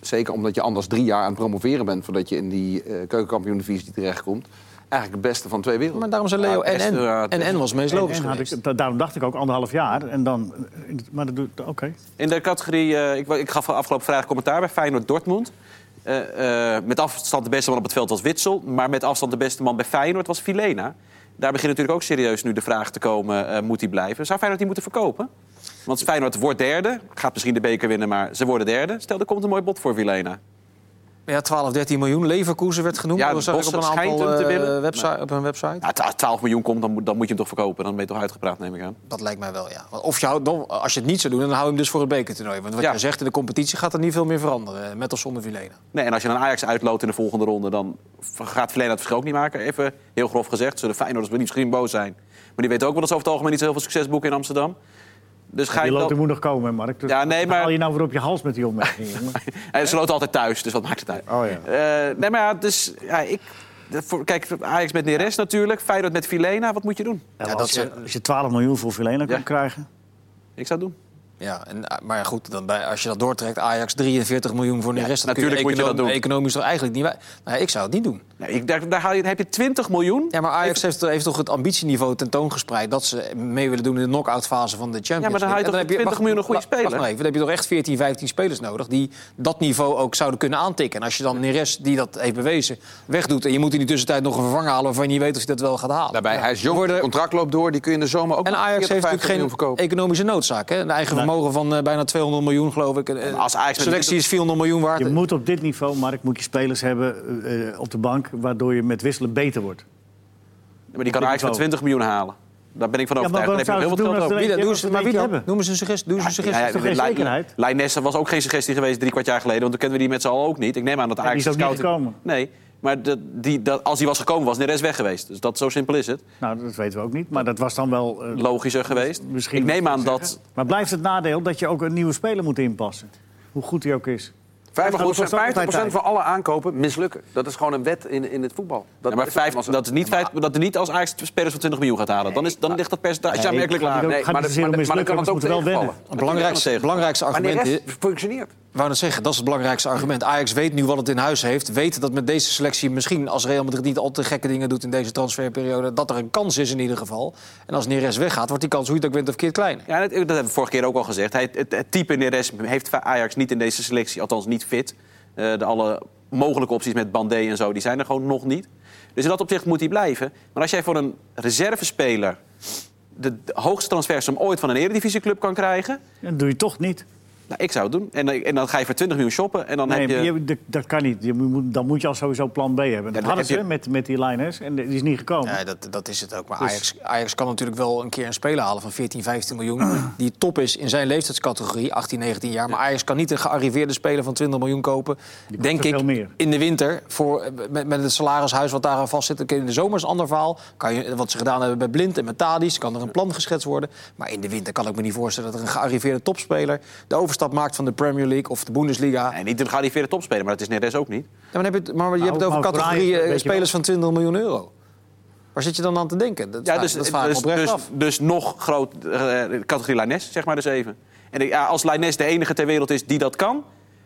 [SPEAKER 2] zeker omdat je anders drie jaar aan het promoveren bent... voordat je in die eh keukenkampioen-divisie terechtkomt... eigenlijk het beste van twee werelden.
[SPEAKER 1] Maar daarom zijn Leo
[SPEAKER 4] Ja, het
[SPEAKER 1] en
[SPEAKER 4] beste, ja,
[SPEAKER 1] en.
[SPEAKER 4] het
[SPEAKER 1] En en was het meest
[SPEAKER 3] En-
[SPEAKER 1] logisch
[SPEAKER 3] en had ik-
[SPEAKER 1] geweest.
[SPEAKER 3] da- daarom dacht ik ook anderhalf jaar. En dan, maar dat doet... Oké.
[SPEAKER 4] In de categorie, eh, ik, wa- ik gaf afgelopen vrijdag commentaar bij Feyenoord Dortmund. Eh, eh, met afstand de beste man op het veld was Witsel. Maar met afstand de beste man bij Feyenoord was Filena. Daar begint natuurlijk ook serieus nu de vraag te komen, eh, moet hij blijven? Zou Feyenoord die moeten verkopen? Want Feyenoord wordt derde, gaat misschien de beker winnen, maar ze worden derde. Stel, er komt een mooi bod voor Filena.
[SPEAKER 1] Ja, 12, 13 miljoen. Leverkusen werd genoemd.
[SPEAKER 4] Ja,
[SPEAKER 1] dat zag ik
[SPEAKER 4] Bossen
[SPEAKER 1] op een
[SPEAKER 4] schijnt
[SPEAKER 1] aantal
[SPEAKER 4] hem te
[SPEAKER 1] eh,
[SPEAKER 4] willen.
[SPEAKER 1] websi- op een website.
[SPEAKER 4] Nou, twa- 12 miljoen komt, dan moet, dan moet je hem toch verkopen. Dan ben je toch uitgepraat, neem ik aan.
[SPEAKER 1] Dat lijkt mij wel, ja. Want Of je houdt, nog- als je het niet zou doen, dan hou je hem dus voor het bekertoernooi. Want wat
[SPEAKER 4] Ja.
[SPEAKER 1] jij zegt, in de competitie gaat er niet veel meer veranderen. eh, Met of zonder Vilena.
[SPEAKER 4] Nee, en als je een Ajax uitloopt in de volgende ronde, dan v- gaat Verlena het verschil ook niet maken. Even heel grof gezegd, zullen Feyenoorders misschien boos zijn. Maar die weten ook wel dat ze over het algemeen niet zo heel veel succes boeken in Amsterdam. Dus ga
[SPEAKER 3] Die
[SPEAKER 4] je
[SPEAKER 3] loting
[SPEAKER 4] dan...
[SPEAKER 3] moet nog komen, hè, Mark. Dus
[SPEAKER 4] Ja, nee,
[SPEAKER 3] wat
[SPEAKER 4] maar- Oh,
[SPEAKER 3] haal je nou weer op je hals met die opmerking, jongen?
[SPEAKER 4] En ze loopt altijd thuis, dus wat maakt het uit?
[SPEAKER 3] Oh, ja.
[SPEAKER 4] Eh, nee, maar ja, dus ja, ik... de- voor- Kijk, Ajax met Neres natuurlijk, Feyenoord met Filena, wat moet je doen?
[SPEAKER 3] Ja, maar
[SPEAKER 1] dat
[SPEAKER 3] als, je,
[SPEAKER 1] zijn-
[SPEAKER 3] als je 12 miljoen voor Vilena
[SPEAKER 4] Ja.
[SPEAKER 3] kan krijgen...
[SPEAKER 4] Ik zou het doen.
[SPEAKER 1] Ja, en, eh, maar goed, dan bij, als je dat doortrekt, Ajax 43 miljoen voor de
[SPEAKER 4] Ja,
[SPEAKER 1] rest. kun
[SPEAKER 4] natuurlijk moet je dat
[SPEAKER 1] econo-
[SPEAKER 4] doen.
[SPEAKER 1] Economisch toch eigenlijk niet... wij- Nou, ik zou het niet doen.
[SPEAKER 4] Nee, ik- daar, daar, haal je, heb je 20 miljoen.
[SPEAKER 1] Ja, maar Ajax heeft, heeft toch het ambitieniveau tentoongespreid... dat ze mee willen doen in de knock-out fase van de Champions
[SPEAKER 4] Ja, maar dan haal je
[SPEAKER 1] League.
[SPEAKER 4] toch
[SPEAKER 1] En
[SPEAKER 4] voor 20 miljoen een goede
[SPEAKER 1] wacht- wacht
[SPEAKER 4] speler?
[SPEAKER 1] maar even, dan heb je toch echt 14, 15 spelers nodig... die dat niveau ook zouden kunnen aantikken. En als je dan Neres, die dat heeft bewezen, wegdoet... en je moet in die tussentijd nog een vervanger halen... waarvan je niet weet of hij dat wel gaat halen.
[SPEAKER 2] Daarbij, hij is jong,
[SPEAKER 1] Worden-
[SPEAKER 2] contract loopt door, die kun je in de zomer ook
[SPEAKER 1] En
[SPEAKER 2] nog
[SPEAKER 1] Ajax
[SPEAKER 2] 40,
[SPEAKER 1] heeft
[SPEAKER 2] 50 miljoen
[SPEAKER 1] natuurlijk geen
[SPEAKER 2] verkopen.
[SPEAKER 1] economische noodzaak. Hè? Een eigen vermogen van eh, bijna 200 miljoen, geloof ik. Eh,
[SPEAKER 4] als Ajax met-
[SPEAKER 1] selectie is 400 miljoen waard.
[SPEAKER 3] Je moet op dit niveau, Mark, moet je spelers hebben eh, eh, op de bank... waardoor je met wisselen beter wordt.
[SPEAKER 4] Maar die kan
[SPEAKER 3] Op
[SPEAKER 4] Ajax
[SPEAKER 3] dit
[SPEAKER 4] voor
[SPEAKER 3] niveau.
[SPEAKER 4] 20 miljoen halen. Daar ben ik van
[SPEAKER 3] Ja, maar
[SPEAKER 4] overtuigd. Dan
[SPEAKER 3] waarom
[SPEAKER 4] heb je nog
[SPEAKER 3] zouden
[SPEAKER 4] heel
[SPEAKER 3] ze
[SPEAKER 4] veel
[SPEAKER 3] doen
[SPEAKER 1] Wie dat- doe
[SPEAKER 3] als er- Ja,
[SPEAKER 4] geld over.
[SPEAKER 3] maar
[SPEAKER 1] eens-
[SPEAKER 3] wat
[SPEAKER 1] maar wie
[SPEAKER 3] weet je
[SPEAKER 1] dan?
[SPEAKER 3] hebben?
[SPEAKER 1] Noem eens een suggestie. Doe eens een suggestie.
[SPEAKER 3] toch geen
[SPEAKER 4] Lij-
[SPEAKER 3] zekerheid?
[SPEAKER 4] Lijnnes was ook geen suggestie geweest drie kwart jaar geleden, want toen kenden we die met z'n allen ook niet. Ik neem aan dat
[SPEAKER 3] die
[SPEAKER 4] Ajax
[SPEAKER 3] is ook niet
[SPEAKER 4] scouting-
[SPEAKER 3] gekomen.
[SPEAKER 4] Nee, maar dat, die, dat, als die was gekomen was Neres weg geweest. Dus dat, zo simpel is het.
[SPEAKER 3] Nou, dat weten we ook niet. Maar dat was dan wel... eh,
[SPEAKER 4] Logischer geweest.
[SPEAKER 3] misschien
[SPEAKER 4] ik neem
[SPEAKER 3] moet
[SPEAKER 4] aan
[SPEAKER 3] je
[SPEAKER 4] dat...
[SPEAKER 3] zeggen. Maar blijft het nadeel dat je ook een nieuwe speler moet inpassen? Hoe goed hij ook is.
[SPEAKER 2] 50%,
[SPEAKER 3] kost ook altijd
[SPEAKER 2] 50%
[SPEAKER 3] tijd.
[SPEAKER 2] van alle aankopen mislukken. Dat is gewoon een wet in, in het voetbal. Dat
[SPEAKER 4] Ja, maar
[SPEAKER 2] is
[SPEAKER 4] vijf,
[SPEAKER 2] als-
[SPEAKER 4] dat, is niet vijf, dat er niet als Ajax spelers van 20 miljoen gaat halen. Dan, is, dan ligt dat percentage
[SPEAKER 3] Nee,
[SPEAKER 4] aanmerkelijk
[SPEAKER 3] gaat
[SPEAKER 4] laag.
[SPEAKER 3] niet ook-
[SPEAKER 2] Nee,
[SPEAKER 3] gaat
[SPEAKER 2] maar
[SPEAKER 3] niet
[SPEAKER 2] dat-
[SPEAKER 3] zozeer
[SPEAKER 2] maar
[SPEAKER 3] om
[SPEAKER 2] dat-
[SPEAKER 3] mislukken,
[SPEAKER 2] maar dat
[SPEAKER 3] maar
[SPEAKER 2] kan het
[SPEAKER 3] ze
[SPEAKER 2] ook
[SPEAKER 3] moeten wel
[SPEAKER 2] tegenvallen.
[SPEAKER 3] wennen.
[SPEAKER 1] Het belangrijkste,
[SPEAKER 4] tegen.
[SPEAKER 1] belangrijkste
[SPEAKER 2] Maar de
[SPEAKER 1] argument is...
[SPEAKER 2] rest functioneert.
[SPEAKER 1] Wou net zeggen, dat is het belangrijkste argument. Ajax weet nu wat het in huis heeft. Weet dat met deze selectie misschien, als Real Madrid niet al te gekke dingen doet in deze transferperiode, dat er een kans is in ieder geval. En als Neres weggaat, wordt die kans hoe je het ook bent of keer kleiner.
[SPEAKER 4] Ja, dat, dat hebben we vorige keer ook al gezegd. Hij, het, het type Neres heeft Ajax niet in deze selectie, althans niet fit. Eh, de alle mogelijke opties met Bandé en zo, die zijn er gewoon nog niet. Dus in dat opzicht moet hij blijven. Maar als jij voor een reservespeler de, de hoogste transversum ooit van een eredivisieclub kan krijgen...
[SPEAKER 3] Dat doe je toch niet.
[SPEAKER 4] Nou, ik zou het doen. En, dan- en dan ga je voor 20 miljoen shoppen en dan
[SPEAKER 3] Nee,
[SPEAKER 4] heb je...
[SPEAKER 3] maar je- dat- dat kan niet. Je moet, dan moet je al sowieso plan B hebben. Dat
[SPEAKER 4] dan
[SPEAKER 3] hadden
[SPEAKER 4] heb
[SPEAKER 3] ze
[SPEAKER 4] je-
[SPEAKER 3] met, met die Liners en die is niet gekomen.
[SPEAKER 1] Ja, Eh, dat, dat is het ook. Maar
[SPEAKER 3] Dus-
[SPEAKER 1] Ajax, Ajax kan natuurlijk wel een keer een speler halen van 14, 15 miljoen. Die top is in zijn leeftijdscategorie, 18, 19 jaar. Maar Ajax kan niet een gearriveerde speler van 20 miljoen kopen. Denk
[SPEAKER 3] toch
[SPEAKER 1] ik,
[SPEAKER 3] veel meer?
[SPEAKER 1] in de winter. Voor, eh, met, met het salarishuis wat daar aan vast zit. Oké, In de zomer is een ander verhaal. Kan je, wat ze gedaan hebben bij Blind en met Tadis. Kan er een plan geschetst worden. Maar in de winter kan ik me niet voorstellen dat er een gearriveerde topspeler... de overstap maakt van de Premier League of de Bundesliga.
[SPEAKER 4] Nee, niet een gearriveerde topspeler, maar dat is Neres ook niet.
[SPEAKER 1] Ja, maar dan heb je, het- Nou, maar je hebt het
[SPEAKER 3] maar
[SPEAKER 1] over
[SPEAKER 3] voor
[SPEAKER 1] categorieën
[SPEAKER 3] Ajax, weet je
[SPEAKER 1] spelers van 20 miljoen euro. Waar zit je dan aan te denken? Dat,
[SPEAKER 4] Ja,
[SPEAKER 1] ja,
[SPEAKER 4] dus,
[SPEAKER 1] dat vraag ik
[SPEAKER 4] dus,
[SPEAKER 1] oprecht
[SPEAKER 4] dus,
[SPEAKER 1] af.
[SPEAKER 4] dus nog groot, eh, categorie Laines, zeg maar dus even. En ik- ja, als Laines de enige ter wereld is die dat kan...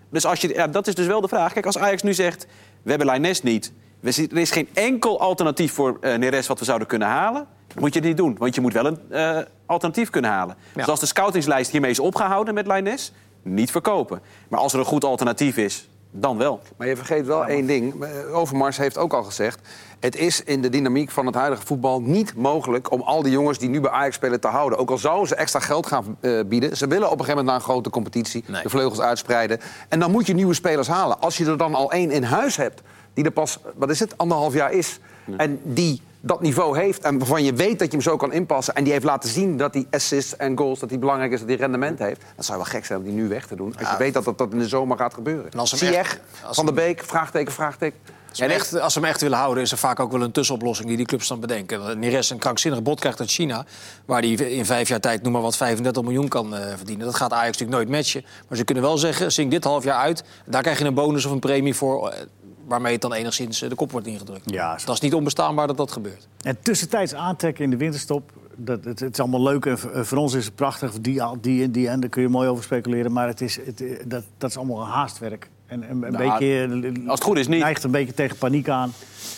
[SPEAKER 4] Dus als je, ja, dat is dus wel de vraag. Kijk, als Ajax nu zegt, we hebben Laines niet... We, zien- er is geen enkel alternatief voor eh, Neres wat we zouden kunnen halen... dan moet je het niet doen, want je moet wel een eh, alternatief kunnen halen. Dus als de scoutingslijst hiermee is opgehouden met Laines... niet verkopen. Maar als er een goed alternatief is, dan wel.
[SPEAKER 2] Maar je vergeet wel één ding. Eh, Overmars heeft ook al gezegd... het is in de dynamiek van het huidige voetbal niet mogelijk... om al die jongens die nu bij Ajax spelen te houden. Ook al zouden ze extra geld gaan eh, bieden... ze willen op een gegeven moment naar een grote competitie...
[SPEAKER 1] Nee.
[SPEAKER 2] de vleugels uitspreiden. En dan moet je nieuwe spelers halen. Als je er dan al één in huis hebt... die er pas, wat is het, anderhalf jaar is... en die dat niveau heeft en waarvan je weet dat je hem zo kan inpassen... en die heeft laten zien dat die assists en goals... dat die belangrijk is, dat die rendement heeft... dan zou wel gek zijn om die nu weg te doen... als je weet dat dat, dat in de zomer gaat gebeuren.
[SPEAKER 1] En als hem
[SPEAKER 2] Ziyech,
[SPEAKER 1] echt- als
[SPEAKER 2] Van der Beek, vraagteken, vraagteken.
[SPEAKER 1] En echt, als ze hem echt willen houden, is er vaak ook wel een tussenoplossing die die clubs dan bedenken. Neres een krankzinnig bod krijgt uit China, waar hij in vijf jaar tijd noem maar wat 35 miljoen kan eh, verdienen. Dat gaat Ajax natuurlijk nooit matchen. Maar ze kunnen wel zeggen, zing dit half jaar uit, daar krijg je een bonus of een premie voor, eh, waarmee het dan enigszins eh, de kop wordt ingedrukt.
[SPEAKER 3] Ja, zo.
[SPEAKER 1] dat is niet onbestaanbaar dat dat gebeurt.
[SPEAKER 3] En tussentijds aantrekken in de winterstop. Dat, het, het is allemaal leuk en voor, eh, voor ons is het prachtig. Die, al- die en die en daar kun je mooi over speculeren. Maar het is, het, eh, dat, dat is allemaal haastwerk. En een, een
[SPEAKER 4] Nou,
[SPEAKER 3] beetje, eh,
[SPEAKER 4] als het goed is niet.
[SPEAKER 3] neigt een beetje tegen paniek aan.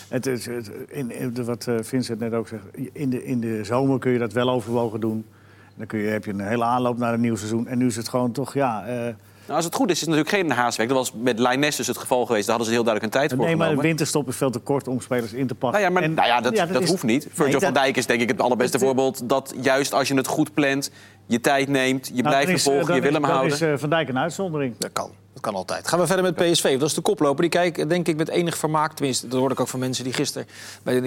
[SPEAKER 3] Het is, het- in, in de- wat eh, Vincent net ook zegt. In de, in de zomer kun je dat wel overwogen doen. Dan kun je, heb je een hele aanloop naar een nieuw seizoen. En nu is het gewoon toch, ja... eh,
[SPEAKER 4] Nou, als het goed is, is het natuurlijk geen haastwerk. Dat was met Laines dus het geval geweest. Daar hadden ze heel duidelijk een tijd voor
[SPEAKER 3] nee, maar een
[SPEAKER 4] genomen.
[SPEAKER 3] winterstop is veel te kort om spelers in te pakken.
[SPEAKER 4] Nou ja, maar,
[SPEAKER 3] En-
[SPEAKER 4] nou ja, dat, dat,
[SPEAKER 3] is-
[SPEAKER 4] hoeft niet.
[SPEAKER 3] Nee,
[SPEAKER 4] Virgil van
[SPEAKER 3] dat- eh,
[SPEAKER 4] Dijk is denk ik het allerbeste
[SPEAKER 3] dat-
[SPEAKER 4] voorbeeld. Dat juist als je het goed plant, je tijd neemt, je
[SPEAKER 3] Nou, dan
[SPEAKER 4] blijft
[SPEAKER 3] is, eh,
[SPEAKER 4] vervolgen, je
[SPEAKER 3] dan
[SPEAKER 4] wil
[SPEAKER 3] is-
[SPEAKER 4] hem houden.
[SPEAKER 3] Dan is eh, Van Dijk een uitzondering.
[SPEAKER 1] Dat kan. Dat kan altijd. Gaan we verder met PSV. Dat is de koploper. Die kijkt denk ik met enig vermaak. Tenminste, dat hoorde ik ook van mensen die gisteren bij de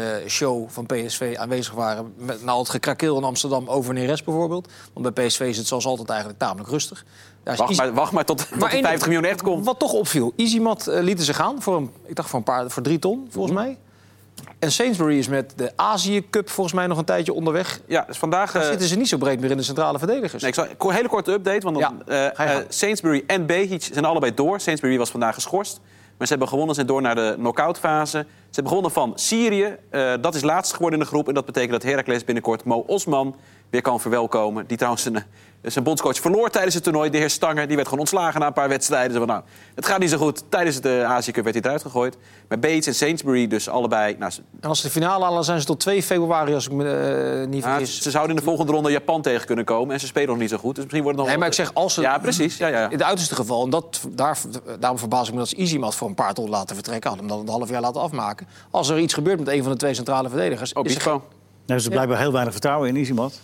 [SPEAKER 1] nieuwjaarsshow van PSV aanwezig waren. Met, na al het gekrakeel in Amsterdam over Neres bijvoorbeeld. Want bij PSV is het zoals altijd eigenlijk tamelijk rustig. Daar is
[SPEAKER 4] wacht,
[SPEAKER 1] Isi-
[SPEAKER 4] maar, wacht maar tot, tot
[SPEAKER 1] maar
[SPEAKER 4] die
[SPEAKER 1] één-
[SPEAKER 4] 50 miljoen echt komt.
[SPEAKER 1] Wat toch opviel. Easymat eh, lieten ze gaan voor, een, ik dacht voor, een paar, voor drie ton, volgens
[SPEAKER 4] Mhm.
[SPEAKER 1] mij. En Sainsbury is met de Azië Cup volgens mij nog een tijdje onderweg.
[SPEAKER 4] Ja, dus vandaag... eh,
[SPEAKER 1] Daar zitten ze niet zo breed meer in de centrale verdedigers.
[SPEAKER 4] nee, ik zal, een hele korte update, want dan,
[SPEAKER 1] Ja,
[SPEAKER 4] eh,
[SPEAKER 1] ga je
[SPEAKER 4] eh,
[SPEAKER 1] gang.
[SPEAKER 4] Sainsbury en Behic zijn allebei door. Sainsbury was vandaag geschorst. Maar ze hebben gewonnen, ze zijn door naar de knock-out fase. Ze hebben gewonnen van Syrië. Eh, dat is laatst geworden in de groep. En dat betekent dat Heracles binnenkort Mo Osman weer kan verwelkomen. Die trouwens een, eh, Zijn bondscoach verloor tijdens het toernooi. De heer Stanger die werd gewoon ontslagen na een paar wedstrijden. Ze van, nou, het gaat niet zo goed. Tijdens de Azië Cup werd hij eruit gegooid. Maar Bates en Sainsbury dus allebei... Nou, ze,
[SPEAKER 1] En als ze de finale halen, zijn ze tot 2 februari, als ik me eh, niet
[SPEAKER 4] nou,
[SPEAKER 1] vergis.
[SPEAKER 4] ze zouden in de volgende ronde Japan tegen kunnen komen. En ze spelen nog niet zo goed. Dus misschien wordt het nog...
[SPEAKER 1] Nee, maar ik zeg, als ze-
[SPEAKER 4] Ja, precies. Ja, ja, ja.
[SPEAKER 1] In het uiterste geval, en dat, daar, daarom verbaas ik me dat ze Easymat voor een paar ton laten vertrekken. Hadden hem dan een half jaar laten afmaken. Als er iets gebeurt met een van de twee centrale verdedigers...
[SPEAKER 4] Op
[SPEAKER 1] is er
[SPEAKER 4] Isco.
[SPEAKER 3] Nou, ze blijkbaar heel weinig vertrouwen in Isimat.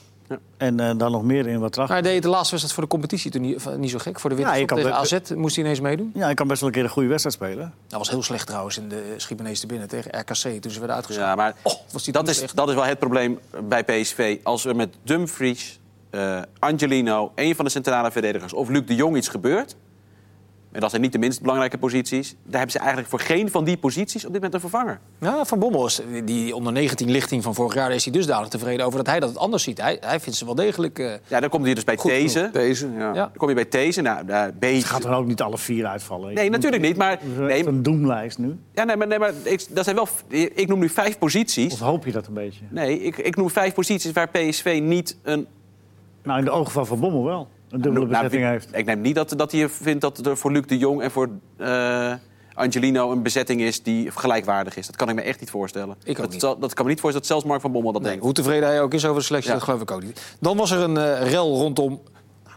[SPEAKER 3] En eh, dan nog meer in wat
[SPEAKER 1] Maar
[SPEAKER 3] tracht.
[SPEAKER 1] hij deed de laatste wedstrijd voor de competitie toen niet, van- niet zo gek. Voor de winter
[SPEAKER 3] Ja, je kan
[SPEAKER 1] tegen AZ moest hij ineens meedoen.
[SPEAKER 3] Ja, hij kan best wel een keer een goede wedstrijd spelen.
[SPEAKER 1] Dat was heel slecht trouwens in de Schiepenees te binnen tegen RKC toen ze werden uitgeschakeld.
[SPEAKER 4] Ja, maar
[SPEAKER 1] Oh, was die
[SPEAKER 4] dat,
[SPEAKER 1] toets
[SPEAKER 4] is,
[SPEAKER 1] echt.
[SPEAKER 4] dat is wel het probleem bij PSV. Als er met Dumfries, eh, Angelino, een van de centrale verdedigers... of Luc de Jong iets gebeurt... en dat zijn niet de minst belangrijke posities... daar hebben ze eigenlijk voor geen van die posities op dit moment een vervanger.
[SPEAKER 1] Ja, van Bommel is die onder 19 lichting van vorig jaar daar is hij dusdanig tevreden over dat hij dat het anders ziet. Hij, hij vindt ze wel degelijk. eh,
[SPEAKER 4] Ja, dan komt hij dus bij
[SPEAKER 1] Goed
[SPEAKER 4] These. Dan
[SPEAKER 2] Deze, ja.
[SPEAKER 1] Ja.
[SPEAKER 4] kom je bij These, nou, daar
[SPEAKER 3] Het gaat
[SPEAKER 4] beetje...
[SPEAKER 3] er ook niet alle vier uitvallen.
[SPEAKER 4] Nee, natuurlijk niet, maar... Nee,
[SPEAKER 3] Nee, een doemlijst nu.
[SPEAKER 4] ja, nee, maar, nee, maar ik, dat zijn wel, ik noem nu vijf posities...
[SPEAKER 3] Of hoop je dat een beetje?
[SPEAKER 4] Nee, ik, ik noem vijf posities waar PSV niet een
[SPEAKER 3] Nou, in de ogen van Van Bommel wel. Een dubbele
[SPEAKER 4] Nou,
[SPEAKER 3] bezetting
[SPEAKER 4] ik-
[SPEAKER 3] heeft.
[SPEAKER 4] Ik neem niet dat, dat hij vindt dat er voor Luc de Jong en voor eh, Angelino een bezetting is die gelijkwaardig is. Dat kan ik me echt niet voorstellen.
[SPEAKER 1] Ik ook
[SPEAKER 4] dat,
[SPEAKER 1] niet.
[SPEAKER 4] zal- dat kan me niet voorstellen dat zelfs Mark van Bommel dat
[SPEAKER 1] nee,
[SPEAKER 4] denkt.
[SPEAKER 1] hoe tevreden hij ook is over de selectie,
[SPEAKER 4] Ja.
[SPEAKER 1] dat geloof ik ook niet. Dan was er een eh, rel rondom.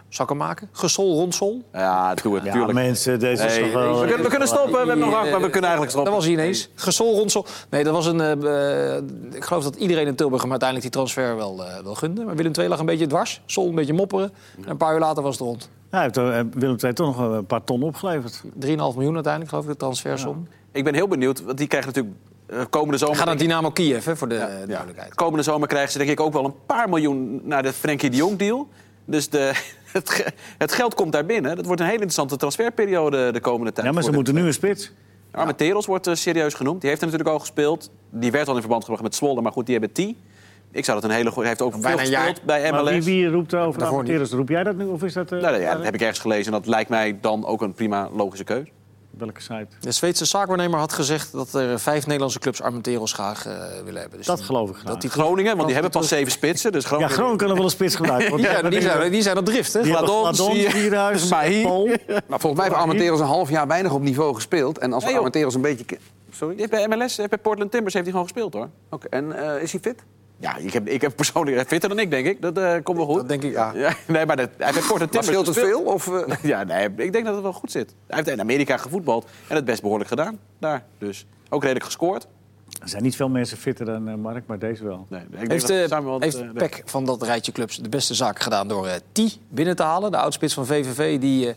[SPEAKER 1] Zakken maken? Gesol rondsol?
[SPEAKER 4] Ja, doe het,
[SPEAKER 3] Ja,
[SPEAKER 4] tuurlijk.
[SPEAKER 3] mensen, deze is
[SPEAKER 4] Nee,
[SPEAKER 3] toch wel...
[SPEAKER 4] we, kunnen, we kunnen stoppen, we hebben nog acht, maar we
[SPEAKER 1] Eh,
[SPEAKER 4] kunnen eigenlijk
[SPEAKER 1] Dat
[SPEAKER 4] stoppen.
[SPEAKER 1] was hij ineens. Gesol rondsel. Nee, dat was een. eh, eh, ik geloof dat iedereen in Tilburg hem uiteindelijk die transfer wel, eh, wel gunde. Maar Willem II lag een beetje dwars. Sol een beetje mopperen. En een paar uur later was het rond. 3,5
[SPEAKER 3] Ja, hij heeft eh, Willem II toch nog een paar ton opgeleverd.
[SPEAKER 1] miljoen uiteindelijk, geloof ik, de transfersom.
[SPEAKER 4] Ik ben heel benieuwd, want die krijgen natuurlijk eh, komende zomer...
[SPEAKER 1] Gaat naar Dynamo Kiev, hè, voor de eh, duidelijkheid.
[SPEAKER 4] Komende zomer krijgen ze denk ik ook wel een paar miljoen naar de Frenkie de Jong deal. Dus de, het, ge- het geld komt daar binnen. Dat wordt een hele interessante transferperiode de komende tijd.
[SPEAKER 3] Ja, maar ze
[SPEAKER 4] voor de-
[SPEAKER 3] moeten nu een spits.
[SPEAKER 4] Arme Teros wordt eh, serieus genoemd. Die heeft er natuurlijk al gespeeld. Die werd al in verband gebracht met Zwolle, maar goed, die hebben T. Ik zou dat een hele goede... Hij heeft ook veel
[SPEAKER 1] bijna een jaar.
[SPEAKER 4] gespeeld bij MLS.
[SPEAKER 3] Maar wie, wie roept over
[SPEAKER 1] Daarvoor
[SPEAKER 3] adverteerders? Roep jij dat nu? Of is dat... eh,
[SPEAKER 4] Nou, nou ja, dat heb ik ergens gelezen. En dat lijkt mij dan ook een prima logische keus.
[SPEAKER 3] Welke site?
[SPEAKER 1] De Zweedse zaakwaarnemer had gezegd dat er eh, vijf Nederlandse clubs Armenteros graag eh, willen hebben. Dus
[SPEAKER 3] Dat
[SPEAKER 1] die-
[SPEAKER 3] geloof ik graag.
[SPEAKER 1] Dat die
[SPEAKER 4] Groningen,
[SPEAKER 2] Oh,
[SPEAKER 4] want die hebben pas zeven spitsen. Dus
[SPEAKER 3] Ja,
[SPEAKER 4] Groningen...
[SPEAKER 3] Groningen kan nog wel een spits gebruiken. want
[SPEAKER 1] Ja,
[SPEAKER 3] hebben
[SPEAKER 1] die,
[SPEAKER 3] dingen-
[SPEAKER 1] zijn, die zijn op drift, hè?
[SPEAKER 3] die hebben
[SPEAKER 4] Gladon,
[SPEAKER 3] Gladon,
[SPEAKER 4] zie je.
[SPEAKER 3] Vierhuis,
[SPEAKER 4] Mahi.
[SPEAKER 3] Paul.
[SPEAKER 2] Maar volgens mij heeft Armenteros een half jaar weinig op niveau gespeeld. En als
[SPEAKER 4] Nee, joh.
[SPEAKER 2] Armenteros een beetje... ke-
[SPEAKER 4] Die heeft bij MLS, eh, bij Portland Timbers heeft hij gewoon gespeeld, hoor.
[SPEAKER 2] Oké, En eh, is hij fit?
[SPEAKER 4] Ja, ik heb, ik heb persoonlijk... Fitter dan ik, denk ik. Dat eh, komt wel goed.
[SPEAKER 1] Dat denk ik, ja.
[SPEAKER 4] Ja, nee, maar dat, hij heeft bij Portland
[SPEAKER 2] Maar
[SPEAKER 4] Timbers
[SPEAKER 2] scheelt het
[SPEAKER 4] gespeeld.
[SPEAKER 2] veel? Of, eh,
[SPEAKER 4] Ja, nee, ik denk dat het wel goed zit. Hij heeft in Amerika gevoetbald en het best behoorlijk gedaan daar. Dus ook redelijk gescoord.
[SPEAKER 3] Er zijn niet veel mensen fitter dan eh, Mark, maar deze wel.
[SPEAKER 4] Nee, ik denk
[SPEAKER 1] Heeft,
[SPEAKER 4] dat
[SPEAKER 1] eh,
[SPEAKER 4] Samuel het,
[SPEAKER 1] heeft
[SPEAKER 4] eh,
[SPEAKER 1] PEC van dat rijtje clubs de beste zaak gedaan door eh T binnen te halen? De oudspits van VVV die eh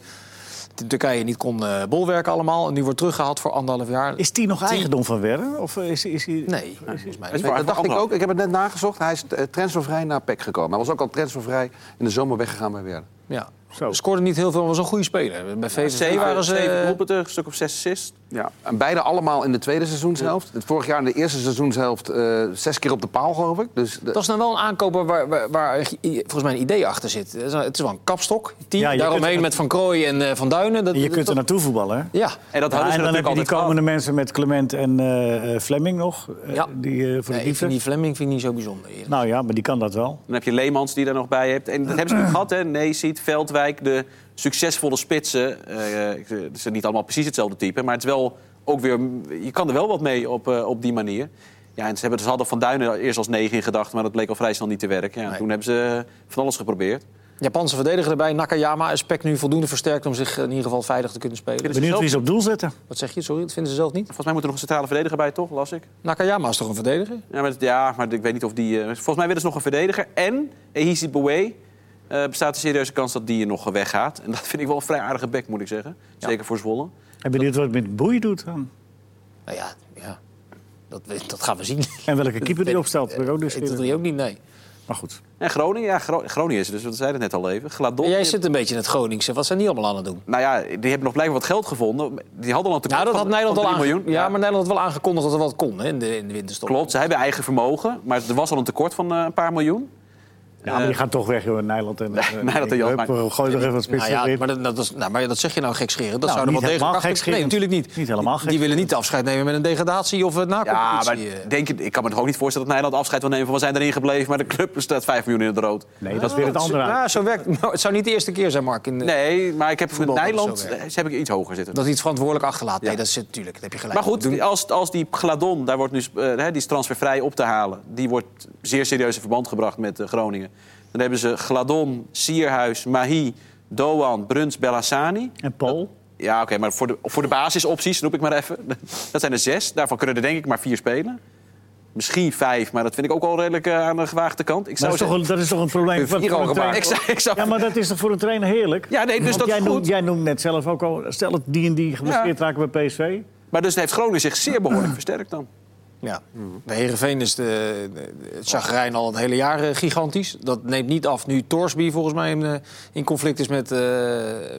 [SPEAKER 1] in Turkije niet kon eh, bolwerken allemaal. En nu wordt teruggehaald voor anderhalf jaar.
[SPEAKER 3] Is die nog eigendom van Werner? Of eh, is, is hij...
[SPEAKER 1] Nee, volgens mij
[SPEAKER 4] is
[SPEAKER 1] niet.
[SPEAKER 4] waar.
[SPEAKER 2] dat dacht ik
[SPEAKER 4] Anderhalf.
[SPEAKER 2] ook. Ik heb het net nagezocht. Hij is eh, transfervrij naar PEC gekomen. Hij was ook al transfervrij in de zomer weggegaan bij Werder.
[SPEAKER 1] Ja.
[SPEAKER 3] Zo.
[SPEAKER 1] Scoorde niet heel veel, maar was een goede speler. Bij VVV
[SPEAKER 4] Zeven,
[SPEAKER 1] waren ze...
[SPEAKER 3] eh,
[SPEAKER 1] eh,
[SPEAKER 4] zeven doelpunten, een stuk of zes assists.
[SPEAKER 2] Ja. En beide allemaal in de tweede seizoenshelft. Het Vorig jaar in de eerste seizoenshelft eh, zes keer op de paal, geloof ik. Dus de-
[SPEAKER 1] Dat is nou wel een aankoper waar, waar, waar i- volgens mij een idee achter zit. Het is wel- het is wel een kapstok. Team,
[SPEAKER 3] Ja, je
[SPEAKER 1] daaromheen
[SPEAKER 3] kunt-
[SPEAKER 1] met Van Krooij en eh, Van Duinen. Dat,
[SPEAKER 3] Je
[SPEAKER 1] dat-
[SPEAKER 3] kunt er naartoe voetballen, hè?
[SPEAKER 1] Ja,
[SPEAKER 4] En dat
[SPEAKER 3] Ja,
[SPEAKER 4] hadden ze
[SPEAKER 3] en dan heb
[SPEAKER 4] natuurlijk
[SPEAKER 3] je die
[SPEAKER 4] altijd
[SPEAKER 3] komende
[SPEAKER 4] gehad.
[SPEAKER 3] mensen met Clement en eh, eh, Fleming nog. eh,
[SPEAKER 1] Ja.
[SPEAKER 3] Die eh, voor
[SPEAKER 1] nee,
[SPEAKER 3] de
[SPEAKER 1] ik vind
[SPEAKER 3] diepte.
[SPEAKER 1] die Fleming vind ik niet zo bijzonder. eerlijk.
[SPEAKER 3] Nou ja, maar die kan dat wel.
[SPEAKER 4] Dan heb je Leemans die daar nog bij hebt. En dat hebben ze natuurlijk gehad, hè. Neesiet, Veldwijk, de succesvolle spitsen. Eh, eh, Ze zijn niet allemaal precies hetzelfde type. Maar het is wel ook weer... Je kan er wel wat mee op, eh, op die manier. Ja, en ze, hebben, ze hadden Van Duinen eerst als negen in gedachten... maar dat bleek al vrij snel niet te werken. Ja,
[SPEAKER 1] Nee.
[SPEAKER 4] Toen hebben ze eh, van alles geprobeerd.
[SPEAKER 1] Japanse verdediger erbij, Nakayama, is Peck nu voldoende versterkt om zich in ieder geval veilig te kunnen spelen.
[SPEAKER 4] is
[SPEAKER 3] Benieuwd
[SPEAKER 4] zelf-
[SPEAKER 3] wie ze op doel zetten.
[SPEAKER 1] Wat zeg je? Sorry, dat vinden ze zelf niet.
[SPEAKER 4] Volgens mij moet er nog een centrale verdediger bij, toch? Las ik.
[SPEAKER 1] Nakayama is toch een verdediger?
[SPEAKER 4] Ja, maar, ja, maar ik weet niet of die... eh, volgens mij willen ze nog een verdediger. En Ehisi Boué eh, bestaat een serieuze kans dat die er nog eh, weggaat. En dat vind ik wel een vrij aardige bek, moet ik zeggen. Zeker voor Zwolle.
[SPEAKER 3] En benieuwd wat het met Boei doet dan.
[SPEAKER 1] Nou ja, ja. Dat, we- dat gaan we zien.
[SPEAKER 3] En welke keeper die
[SPEAKER 1] weet-
[SPEAKER 3] opstelt. Ben ik ook
[SPEAKER 1] Dat
[SPEAKER 3] nieuwsgierig.
[SPEAKER 1] doe je ook niet, nee.
[SPEAKER 3] Maar goed.
[SPEAKER 4] En Groningen, ja, Gro- Groningen is er dus, we zeiden het net al even. Gladon.
[SPEAKER 1] En jij zit een beetje in het Groningse. Wat zijn die allemaal aan het doen?
[SPEAKER 4] Nou ja, die hebben nog blijkbaar wat geld gevonden. Die hadden al een tekort
[SPEAKER 1] Nou, dat
[SPEAKER 4] van-
[SPEAKER 1] had Nederland
[SPEAKER 4] van
[SPEAKER 1] al
[SPEAKER 4] 3
[SPEAKER 1] aange-
[SPEAKER 4] miljoen.
[SPEAKER 1] Ja, maar Nederland had wel aangekondigd dat er wat kon hè, in, de, in de winterstop.
[SPEAKER 4] Klopt, ze hebben eigen vermogen. Maar er was al een tekort van eh, een paar miljoen.
[SPEAKER 3] En Ja, maar die gaan toch weg, joh, Nijland en... eh,
[SPEAKER 4] Nijland en Jan,
[SPEAKER 3] Hup,
[SPEAKER 4] maar-
[SPEAKER 3] Gooi er even wat spits
[SPEAKER 1] Nou ja,
[SPEAKER 3] in.
[SPEAKER 1] maar, dat, dat is, nou, maar dat zeg je nou gekscherend. Dat
[SPEAKER 3] Nou,
[SPEAKER 1] zouden
[SPEAKER 3] niet
[SPEAKER 1] wel
[SPEAKER 3] helemaal
[SPEAKER 1] degelijk achter... Nee,
[SPEAKER 3] gekscherend.
[SPEAKER 1] natuurlijk niet.
[SPEAKER 3] Niet helemaal
[SPEAKER 1] Die- Die willen niet afscheid nemen met een degradatie of een
[SPEAKER 4] Ja, maar
[SPEAKER 1] nacompetitie. eh.
[SPEAKER 4] denk je, ik kan me toch ook niet voorstellen dat Nederland afscheid wil nemen van we zijn erin gebleven, maar de club staat 5 miljoen in het rood.
[SPEAKER 1] Eh,
[SPEAKER 3] Nee, dat is weer het andere.
[SPEAKER 1] Ja, zo werkt nou, Het zou niet de eerste keer zijn, Mark. In, eh,
[SPEAKER 4] Nee, maar ik heb met
[SPEAKER 1] Voetbal kan
[SPEAKER 4] Nederland
[SPEAKER 1] zo
[SPEAKER 4] eh, heb ik iets hoger zitten.
[SPEAKER 1] Dat hij het verantwoordelijk achterlaat. Nee,
[SPEAKER 4] Ja.
[SPEAKER 1] dat is natuurlijk. Dat heb je gelijk.
[SPEAKER 4] Maar goed,
[SPEAKER 1] Doen-
[SPEAKER 4] die- als, als die Gladon, daar wordt nu, eh, hè, die is transfervrij op te halen. Die wordt zeer serieus in verband gebracht met eh, Groningen. Dan hebben ze Gladon, Sierhuis, Mahi, Doan, Bruns, Bellassani.
[SPEAKER 3] En Paul?
[SPEAKER 4] Ja, oké, maar voor de, voor de basisopties roep ik maar even. Dat zijn er zes. Daarvan kunnen er denk ik maar vier spelen. Misschien vijf, maar dat vind ik ook al redelijk eh, aan de gewaagde kant.
[SPEAKER 3] Maar
[SPEAKER 4] Ik zou
[SPEAKER 3] dat, is toch,
[SPEAKER 4] zeggen-
[SPEAKER 3] een- dat is toch een probleem
[SPEAKER 2] Heeft
[SPEAKER 3] voor,
[SPEAKER 2] vier
[SPEAKER 3] voor
[SPEAKER 2] al
[SPEAKER 3] een
[SPEAKER 2] gemaakt.
[SPEAKER 4] ik
[SPEAKER 3] trainer?
[SPEAKER 4] zou, ik zou-
[SPEAKER 3] Ja, maar dat is toch voor een trainer heerlijk?
[SPEAKER 4] Ja, nee, dus
[SPEAKER 3] Want
[SPEAKER 4] dat is
[SPEAKER 3] jij,
[SPEAKER 4] goed.
[SPEAKER 3] noemt, jij noemt net zelf ook al... Stel dat die en die geblesseerd raken bij PSV.
[SPEAKER 4] Maar dus heeft Groningen zich zeer behoorlijk versterkt dan.
[SPEAKER 1] Ja.
[SPEAKER 4] Mm.
[SPEAKER 1] Bij Heerenveen is de, de- het chagrijn al het hele jaar eh, gigantisch. Dat neemt niet af nu Torsby volgens mij in, eh, in conflict is met, eh,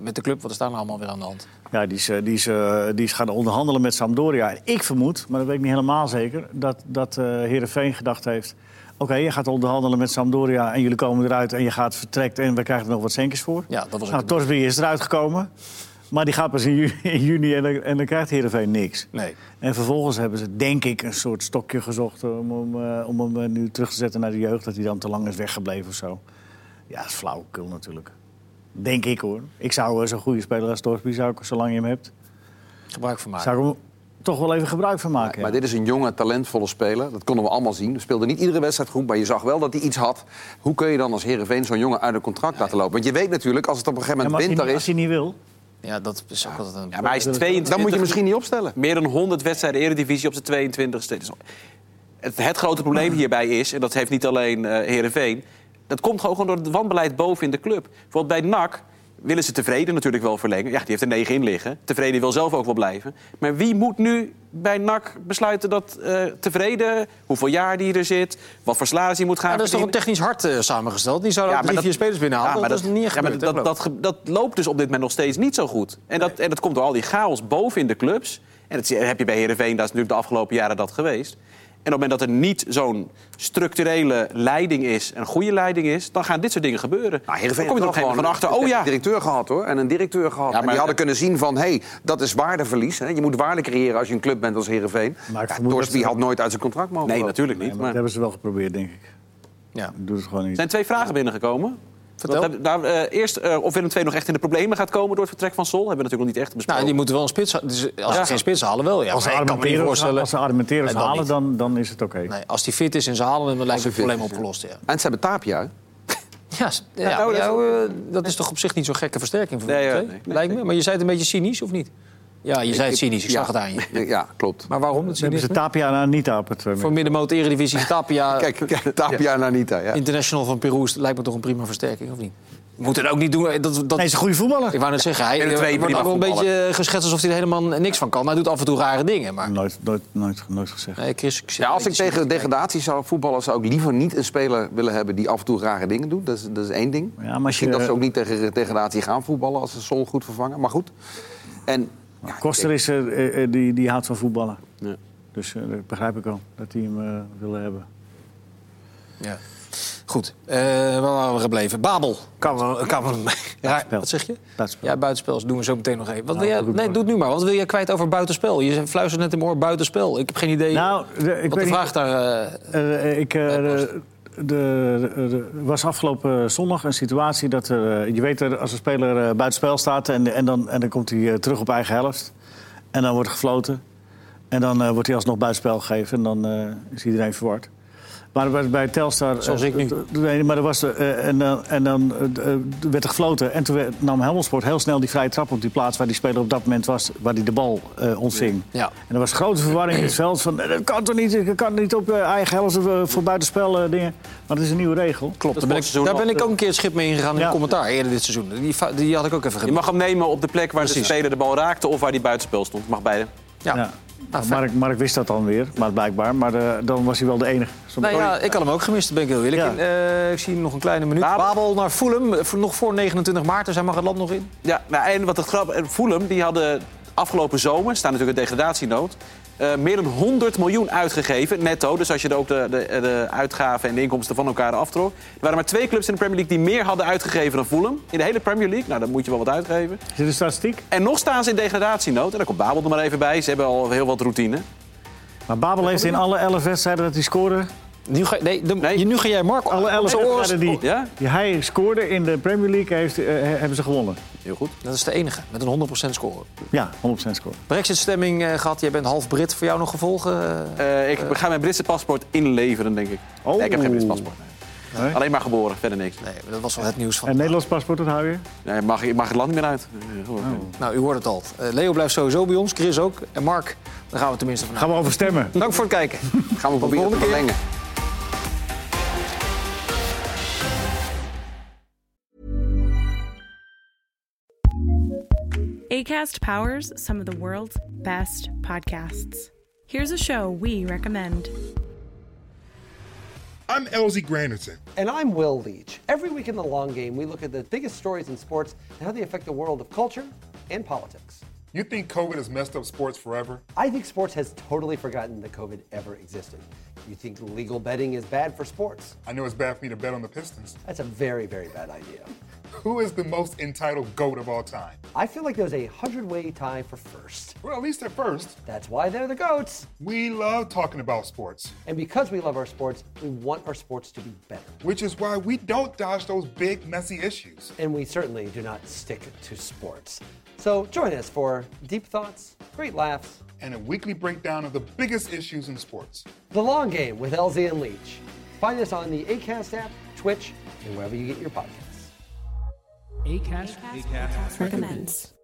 [SPEAKER 1] met de club. Wat is daar nou allemaal weer aan de hand?
[SPEAKER 3] Ja, die is, eh, die, is, eh, die is gaan onderhandelen met Sampdoria. En ik vermoed, maar dat weet ik niet helemaal zeker... dat, dat eh Heerenveen gedacht heeft... oké, je gaat onderhandelen met Sampdoria en jullie komen eruit... en je gaat vertrekt en we krijgen er nog wat centjes voor.
[SPEAKER 1] Ja, dat was ook
[SPEAKER 3] nou,
[SPEAKER 1] de-
[SPEAKER 3] Torsby is eruit gekomen. Maar die gaat pas in ju- in juni en dan, en dan krijgt Heerenveen niks.
[SPEAKER 1] Nee.
[SPEAKER 3] En vervolgens hebben ze, denk ik, een soort stokje gezocht... om hem, eh, om hem eh, nu terug te zetten naar de jeugd... dat hij dan te lang is weggebleven of zo. Ja, dat is flauwekul natuurlijk. Denk ik hoor. Ik zou eh, zo'n goede speler als Torsby, zou ik, zolang je hem hebt...
[SPEAKER 1] Gebruik van maken.
[SPEAKER 3] Zou ik hem toch wel even gebruik van maken.
[SPEAKER 2] Ah, Maar dit is een jonge, talentvolle speler. Dat konden we allemaal zien. Hij speelde niet iedere wedstrijd goed, maar je zag wel dat hij iets had. Hoe kun je dan als Herenveen zo'n jongen uit een contract laten lopen? Want je weet natuurlijk, als het op een gegeven
[SPEAKER 3] Ja, maar
[SPEAKER 2] moment
[SPEAKER 3] als, hij,
[SPEAKER 2] winter
[SPEAKER 3] niet- als
[SPEAKER 2] is...
[SPEAKER 3] hij niet wil.
[SPEAKER 1] Ja, dat is ook altijd een...
[SPEAKER 4] Ja, maar hij is 22.
[SPEAKER 2] dan moet je misschien niet opstellen.
[SPEAKER 4] Meer dan 100 wedstrijden Eredivisie op zijn 22ste. Dus Het, het grote probleem hierbij is, en dat heeft niet alleen eh Heerenveen... dat komt gewoon door het wanbeleid boven in de club. Bijvoorbeeld bij NAC willen ze tevreden natuurlijk wel verlengen. Ja, die heeft er 9 in liggen. Tevreden wil zelf ook wel blijven. Maar wie moet nu bij NAC besluiten dat eh, tevreden... hoeveel jaar die er zit, wat voor salaris hij moet gaan
[SPEAKER 1] Ja, dat is toch een
[SPEAKER 4] verdienen?
[SPEAKER 1] technisch hart eh, samengesteld. Die zou
[SPEAKER 4] Ja,
[SPEAKER 1] ook
[SPEAKER 4] maar
[SPEAKER 1] drie,
[SPEAKER 4] dat-
[SPEAKER 1] vier spelers binnenhalen.
[SPEAKER 4] Ja, maar
[SPEAKER 1] dat, is niet echt
[SPEAKER 4] ja, maar
[SPEAKER 1] gebeurd, hè,
[SPEAKER 4] dat, dat, ge- dat loopt dus op dit moment nog steeds niet zo goed. En dat, en dat komt door al die chaos boven in de clubs. En dat zie- heb je bij Heerenveen, dat is natuurlijk de afgelopen jaren dat geweest. En op het moment dat er niet zo'n structurele leiding is... een goede leiding is, dan gaan dit soort dingen gebeuren.
[SPEAKER 2] Nou, Heerenveen
[SPEAKER 4] dan kom je er op een gegeven moment van achter. Oh
[SPEAKER 2] een
[SPEAKER 4] ja,
[SPEAKER 2] directeur gehad hoor. En een directeur gehad.
[SPEAKER 4] Ja,
[SPEAKER 2] en
[SPEAKER 4] maar-
[SPEAKER 2] die hadden kunnen zien van, hé, hey, dat is waardeverlies. Hè. Je moet waarde creëren als je een club bent als Herenveen.
[SPEAKER 3] Maar ik
[SPEAKER 2] Ja,
[SPEAKER 3] vermoed dat
[SPEAKER 2] Torsby
[SPEAKER 3] ze-
[SPEAKER 2] had nooit uit zijn contract mogen
[SPEAKER 4] nee,
[SPEAKER 2] lopen.
[SPEAKER 4] natuurlijk niet.
[SPEAKER 3] dat
[SPEAKER 4] Maar er
[SPEAKER 3] hebben ze wel geprobeerd, denk ik.
[SPEAKER 1] Ja.
[SPEAKER 3] Doe het gewoon niet.
[SPEAKER 4] zijn twee vragen binnengekomen.
[SPEAKER 1] Vertel.
[SPEAKER 4] Want heb- daar, eh, eerst eh, of Willem II nog echt in de problemen gaat komen door het vertrek van Sol. Hebben we natuurlijk nog niet echt besproken.
[SPEAKER 1] Nou, die moeten wel een spits... ha- Dus als
[SPEAKER 4] Ja.
[SPEAKER 1] ze geen spits halen, wel. Ja,
[SPEAKER 3] Als ze
[SPEAKER 1] maar ik kan me niet
[SPEAKER 3] argumenteren,
[SPEAKER 1] voorstellen...
[SPEAKER 3] als ze argumenteren
[SPEAKER 1] En dan
[SPEAKER 3] halen,
[SPEAKER 1] niet.
[SPEAKER 3] dan, dan is het oké.
[SPEAKER 1] Nee, als die fit is en ze halen hem, dan lijkt
[SPEAKER 2] hij
[SPEAKER 1] het probleem
[SPEAKER 2] fit is, ja.
[SPEAKER 1] opgelost. Ja.
[SPEAKER 2] En ze hebben Tapia. hè.
[SPEAKER 1] Ja, s- ja,
[SPEAKER 4] nou,
[SPEAKER 1] ja,
[SPEAKER 4] dat-
[SPEAKER 1] hoe, eh, dat is toch op zich niet zo'n gekke versterking voor
[SPEAKER 4] Nee,
[SPEAKER 1] Willem
[SPEAKER 4] ja,
[SPEAKER 1] II,
[SPEAKER 4] nee, nee,
[SPEAKER 1] lijkt me.
[SPEAKER 4] nee.
[SPEAKER 1] Maar je zei het een beetje cynisch, of niet? Ja, je zei het cynisch, ik
[SPEAKER 2] Ja.
[SPEAKER 1] zag het aan je.
[SPEAKER 2] Ja, klopt.
[SPEAKER 1] Maar waarom dat
[SPEAKER 3] Ze hebben ze
[SPEAKER 1] cynisme?
[SPEAKER 3] Tapia en Anita op het... eh,
[SPEAKER 1] Voor middenmoot Eredivisie Tapia,
[SPEAKER 2] Kijk, kijk, Tapia en Anita. Ja.
[SPEAKER 1] international van Peru, is- lijkt me toch een prima versterking, of niet? Je moet het ook niet doen. eh, Dat, dat,
[SPEAKER 3] Nee, is een goede voetballer.
[SPEAKER 1] ik wou net zeggen, hij
[SPEAKER 4] en de
[SPEAKER 1] eh,
[SPEAKER 4] twee
[SPEAKER 1] wordt
[SPEAKER 4] prima
[SPEAKER 1] ook wel een
[SPEAKER 4] voetballer.
[SPEAKER 1] beetje eh, geschetst alsof hij er helemaal niks van kan. Hij doet af en toe rare dingen, maar...
[SPEAKER 3] Nooit, nooit, nooit, nooit gezegd.
[SPEAKER 1] Nee, Chris, ik zit
[SPEAKER 2] Ja,
[SPEAKER 1] een
[SPEAKER 2] als ik
[SPEAKER 1] beetje
[SPEAKER 2] tegen
[SPEAKER 1] cynisch te kijken.
[SPEAKER 2] degradatie zou voetballen, zou ik liever niet een speler willen hebben die af en toe rare dingen doet. Dat is, dat is één ding.
[SPEAKER 3] Ja, maar als
[SPEAKER 2] Misschien
[SPEAKER 3] je-
[SPEAKER 2] dat ze ook niet tegen degradatie gaan voetballen als ze Sol goed vervangen. Maar goed. En ja,
[SPEAKER 3] Koster is, eh, eh, eh, die, die houdt van voetballen. Dus eh, dat begrijp ik al, dat die hem eh, willen hebben.
[SPEAKER 1] Ja. Goed, Eh, waar waren we gebleven? Babel. Kan we, kan we, ja, wat zeg je?
[SPEAKER 3] Buitenspel.
[SPEAKER 1] Ja, buitenspel dus doen we zo meteen nog even. Wat wil
[SPEAKER 3] Nou,
[SPEAKER 1] jij,
[SPEAKER 3] dat doe ik
[SPEAKER 1] nee,
[SPEAKER 3] wel.
[SPEAKER 1] doe het nu maar. Wat wil jij kwijt over buitenspel? Je fluistert net in mijn oor buitenspel. Ik heb geen idee
[SPEAKER 3] Nou, eh, ik
[SPEAKER 1] wat de
[SPEAKER 3] weet niet...
[SPEAKER 1] vraag daar... eh,
[SPEAKER 3] Eh, ik, eh,
[SPEAKER 1] Bij Post.
[SPEAKER 3] de- er was afgelopen zondag een situatie dat er, eh, je weet er, als een speler eh, buitenspel staat en, en, dan, en dan komt hij eh, terug op eigen helft. En dan wordt er gefloten. En dan eh, wordt hij alsnog buitenspel gegeven en dan eh, is iedereen verward. Maar bij, bij Telstar... eh,
[SPEAKER 1] Zoals ik nu.
[SPEAKER 3] d- d- Nee, maar er was, eh, en dan, en dan eh, d- werd er gefloten. En toen werd- nam Helmelsport heel snel die vrije trap op die plaats... waar die speler op dat moment was, waar hij de bal eh, ontving.
[SPEAKER 1] ja.
[SPEAKER 3] En er was grote verwarring in het veld van eh, dat kan toch niet, dat kan niet op eh, eigen helft of eh, voor buitenspel eh, dingen. Maar dat is een nieuwe regel.
[SPEAKER 1] Klopt, daar ben, ik,
[SPEAKER 4] seizoen
[SPEAKER 1] daar
[SPEAKER 4] al.
[SPEAKER 1] ben ik ook een keer het schip mee ingegaan in
[SPEAKER 3] Ja.
[SPEAKER 1] de commentaar eerder dit seizoen. Die, fa- die had ik ook even
[SPEAKER 4] Je
[SPEAKER 1] gemist.
[SPEAKER 4] mag hem nemen op de plek waar
[SPEAKER 1] Precies.
[SPEAKER 4] de speler de bal raakte... of waar die buitenspel stond. Mag beide.
[SPEAKER 1] Ja.
[SPEAKER 3] Ja.
[SPEAKER 1] Nou, fijn.
[SPEAKER 3] Mark, Mark wist dat dan weer, maar blijkbaar. Maar eh, dan was hij wel de enige. Zo'n
[SPEAKER 1] Nou ja,
[SPEAKER 3] poging.
[SPEAKER 1] ik had hem ook gemist, daar ben ik heel eerlijk
[SPEAKER 3] Ja.
[SPEAKER 1] in. Eh, ik zie nog een kleine minuut. Babel,
[SPEAKER 4] Babel.
[SPEAKER 1] naar Fulham, eh, voor- nog voor 29 maart. Dus hij mag het land nog in.
[SPEAKER 4] Ja, nou, en wat het grap... en Fulham, die hadden afgelopen zomer... staan natuurlijk in degradatienood... eh, meer dan 100 miljoen uitgegeven, netto. Dus als je er ook de, de, de uitgaven en de inkomsten van elkaar aftrok. Er waren maar twee clubs in de Premier League die meer hadden uitgegeven dan Fulham. In de hele Premier League, nou dan moet je wel wat uitgeven.
[SPEAKER 3] Oh, Is dit een statistiek?
[SPEAKER 4] En nog staan ze in degradatienood. En daar komt Babel er maar even bij. Ze hebben al heel wat routine.
[SPEAKER 3] Maar Babel heeft in alle 11 wedstrijden dat hij scoorde.
[SPEAKER 1] Nu ga, nee, de-
[SPEAKER 4] Nee.
[SPEAKER 1] je- nu ga jij Marco
[SPEAKER 3] Alle 11
[SPEAKER 1] zijn oor-
[SPEAKER 3] wedstrijden die,
[SPEAKER 4] Ja?
[SPEAKER 3] die hij scoorde in de Premier League heeft, eh, hebben ze gewonnen.
[SPEAKER 4] Heel goed.
[SPEAKER 1] Oh, Dat is de enige, met een 100% score.
[SPEAKER 3] Ja, 100% score.
[SPEAKER 1] Brexit-stemming eh, gehad, jij bent half Brit. Voor jou nog gevolgen? eh?
[SPEAKER 4] Eh, ik ga mijn Britse paspoort inleveren, denk ik.
[SPEAKER 3] Oh.
[SPEAKER 4] Nee, ik heb geen Brits paspoort. nee.
[SPEAKER 3] Nee?
[SPEAKER 4] Alleen maar geboren, verder niks.
[SPEAKER 1] nee, maar dat was wel het nieuws van...
[SPEAKER 3] En Nederlands paspoort, dat hou je?
[SPEAKER 4] Nee, mag, ik mag het land niet meer uit.
[SPEAKER 1] Nou, u hoort het al. Eh, Leo blijft sowieso bij ons, Chris ook. En Mark, daar gaan we tenminste van uit.
[SPEAKER 3] Gaan we over stemmen.
[SPEAKER 1] Dank voor het kijken.
[SPEAKER 2] Gaan we proberen te
[SPEAKER 1] volgende keer.
[SPEAKER 2] verlengen.
[SPEAKER 5] ACAST powers some of the world's best podcasts. Here's a show we recommend.
[SPEAKER 6] I'm Elsie Granderson.
[SPEAKER 7] And I'm Will Leach. Every week in the long game, we look at the biggest stories in sports and how they affect the world of culture and politics.
[SPEAKER 6] You think COVID has messed up sports forever?
[SPEAKER 7] I think sports has totally forgotten that COVID ever existed. You think legal betting is bad for sports?
[SPEAKER 6] I know it's bad for me to bet on the Pistons.
[SPEAKER 7] That's a very, very bad idea.
[SPEAKER 6] Who is the most entitled GOAT of all time?
[SPEAKER 7] I feel like there's a hundred way tie for first.
[SPEAKER 6] Well, at least at first,
[SPEAKER 7] That's why they're the GOATs.
[SPEAKER 6] we love talking about sports,
[SPEAKER 7] And because we love our sports, we want our sports to be better.
[SPEAKER 6] which is why we don't dodge those big, messy issues.
[SPEAKER 7] And we certainly do not stick to sports. So join us for deep thoughts, great laughs,
[SPEAKER 6] And a weekly breakdown of the biggest issues in sports.
[SPEAKER 7] The Long Game with LZ and Leach. Find us on the ACAST app, Twitch, and wherever you get your podcasts.
[SPEAKER 5] recommends.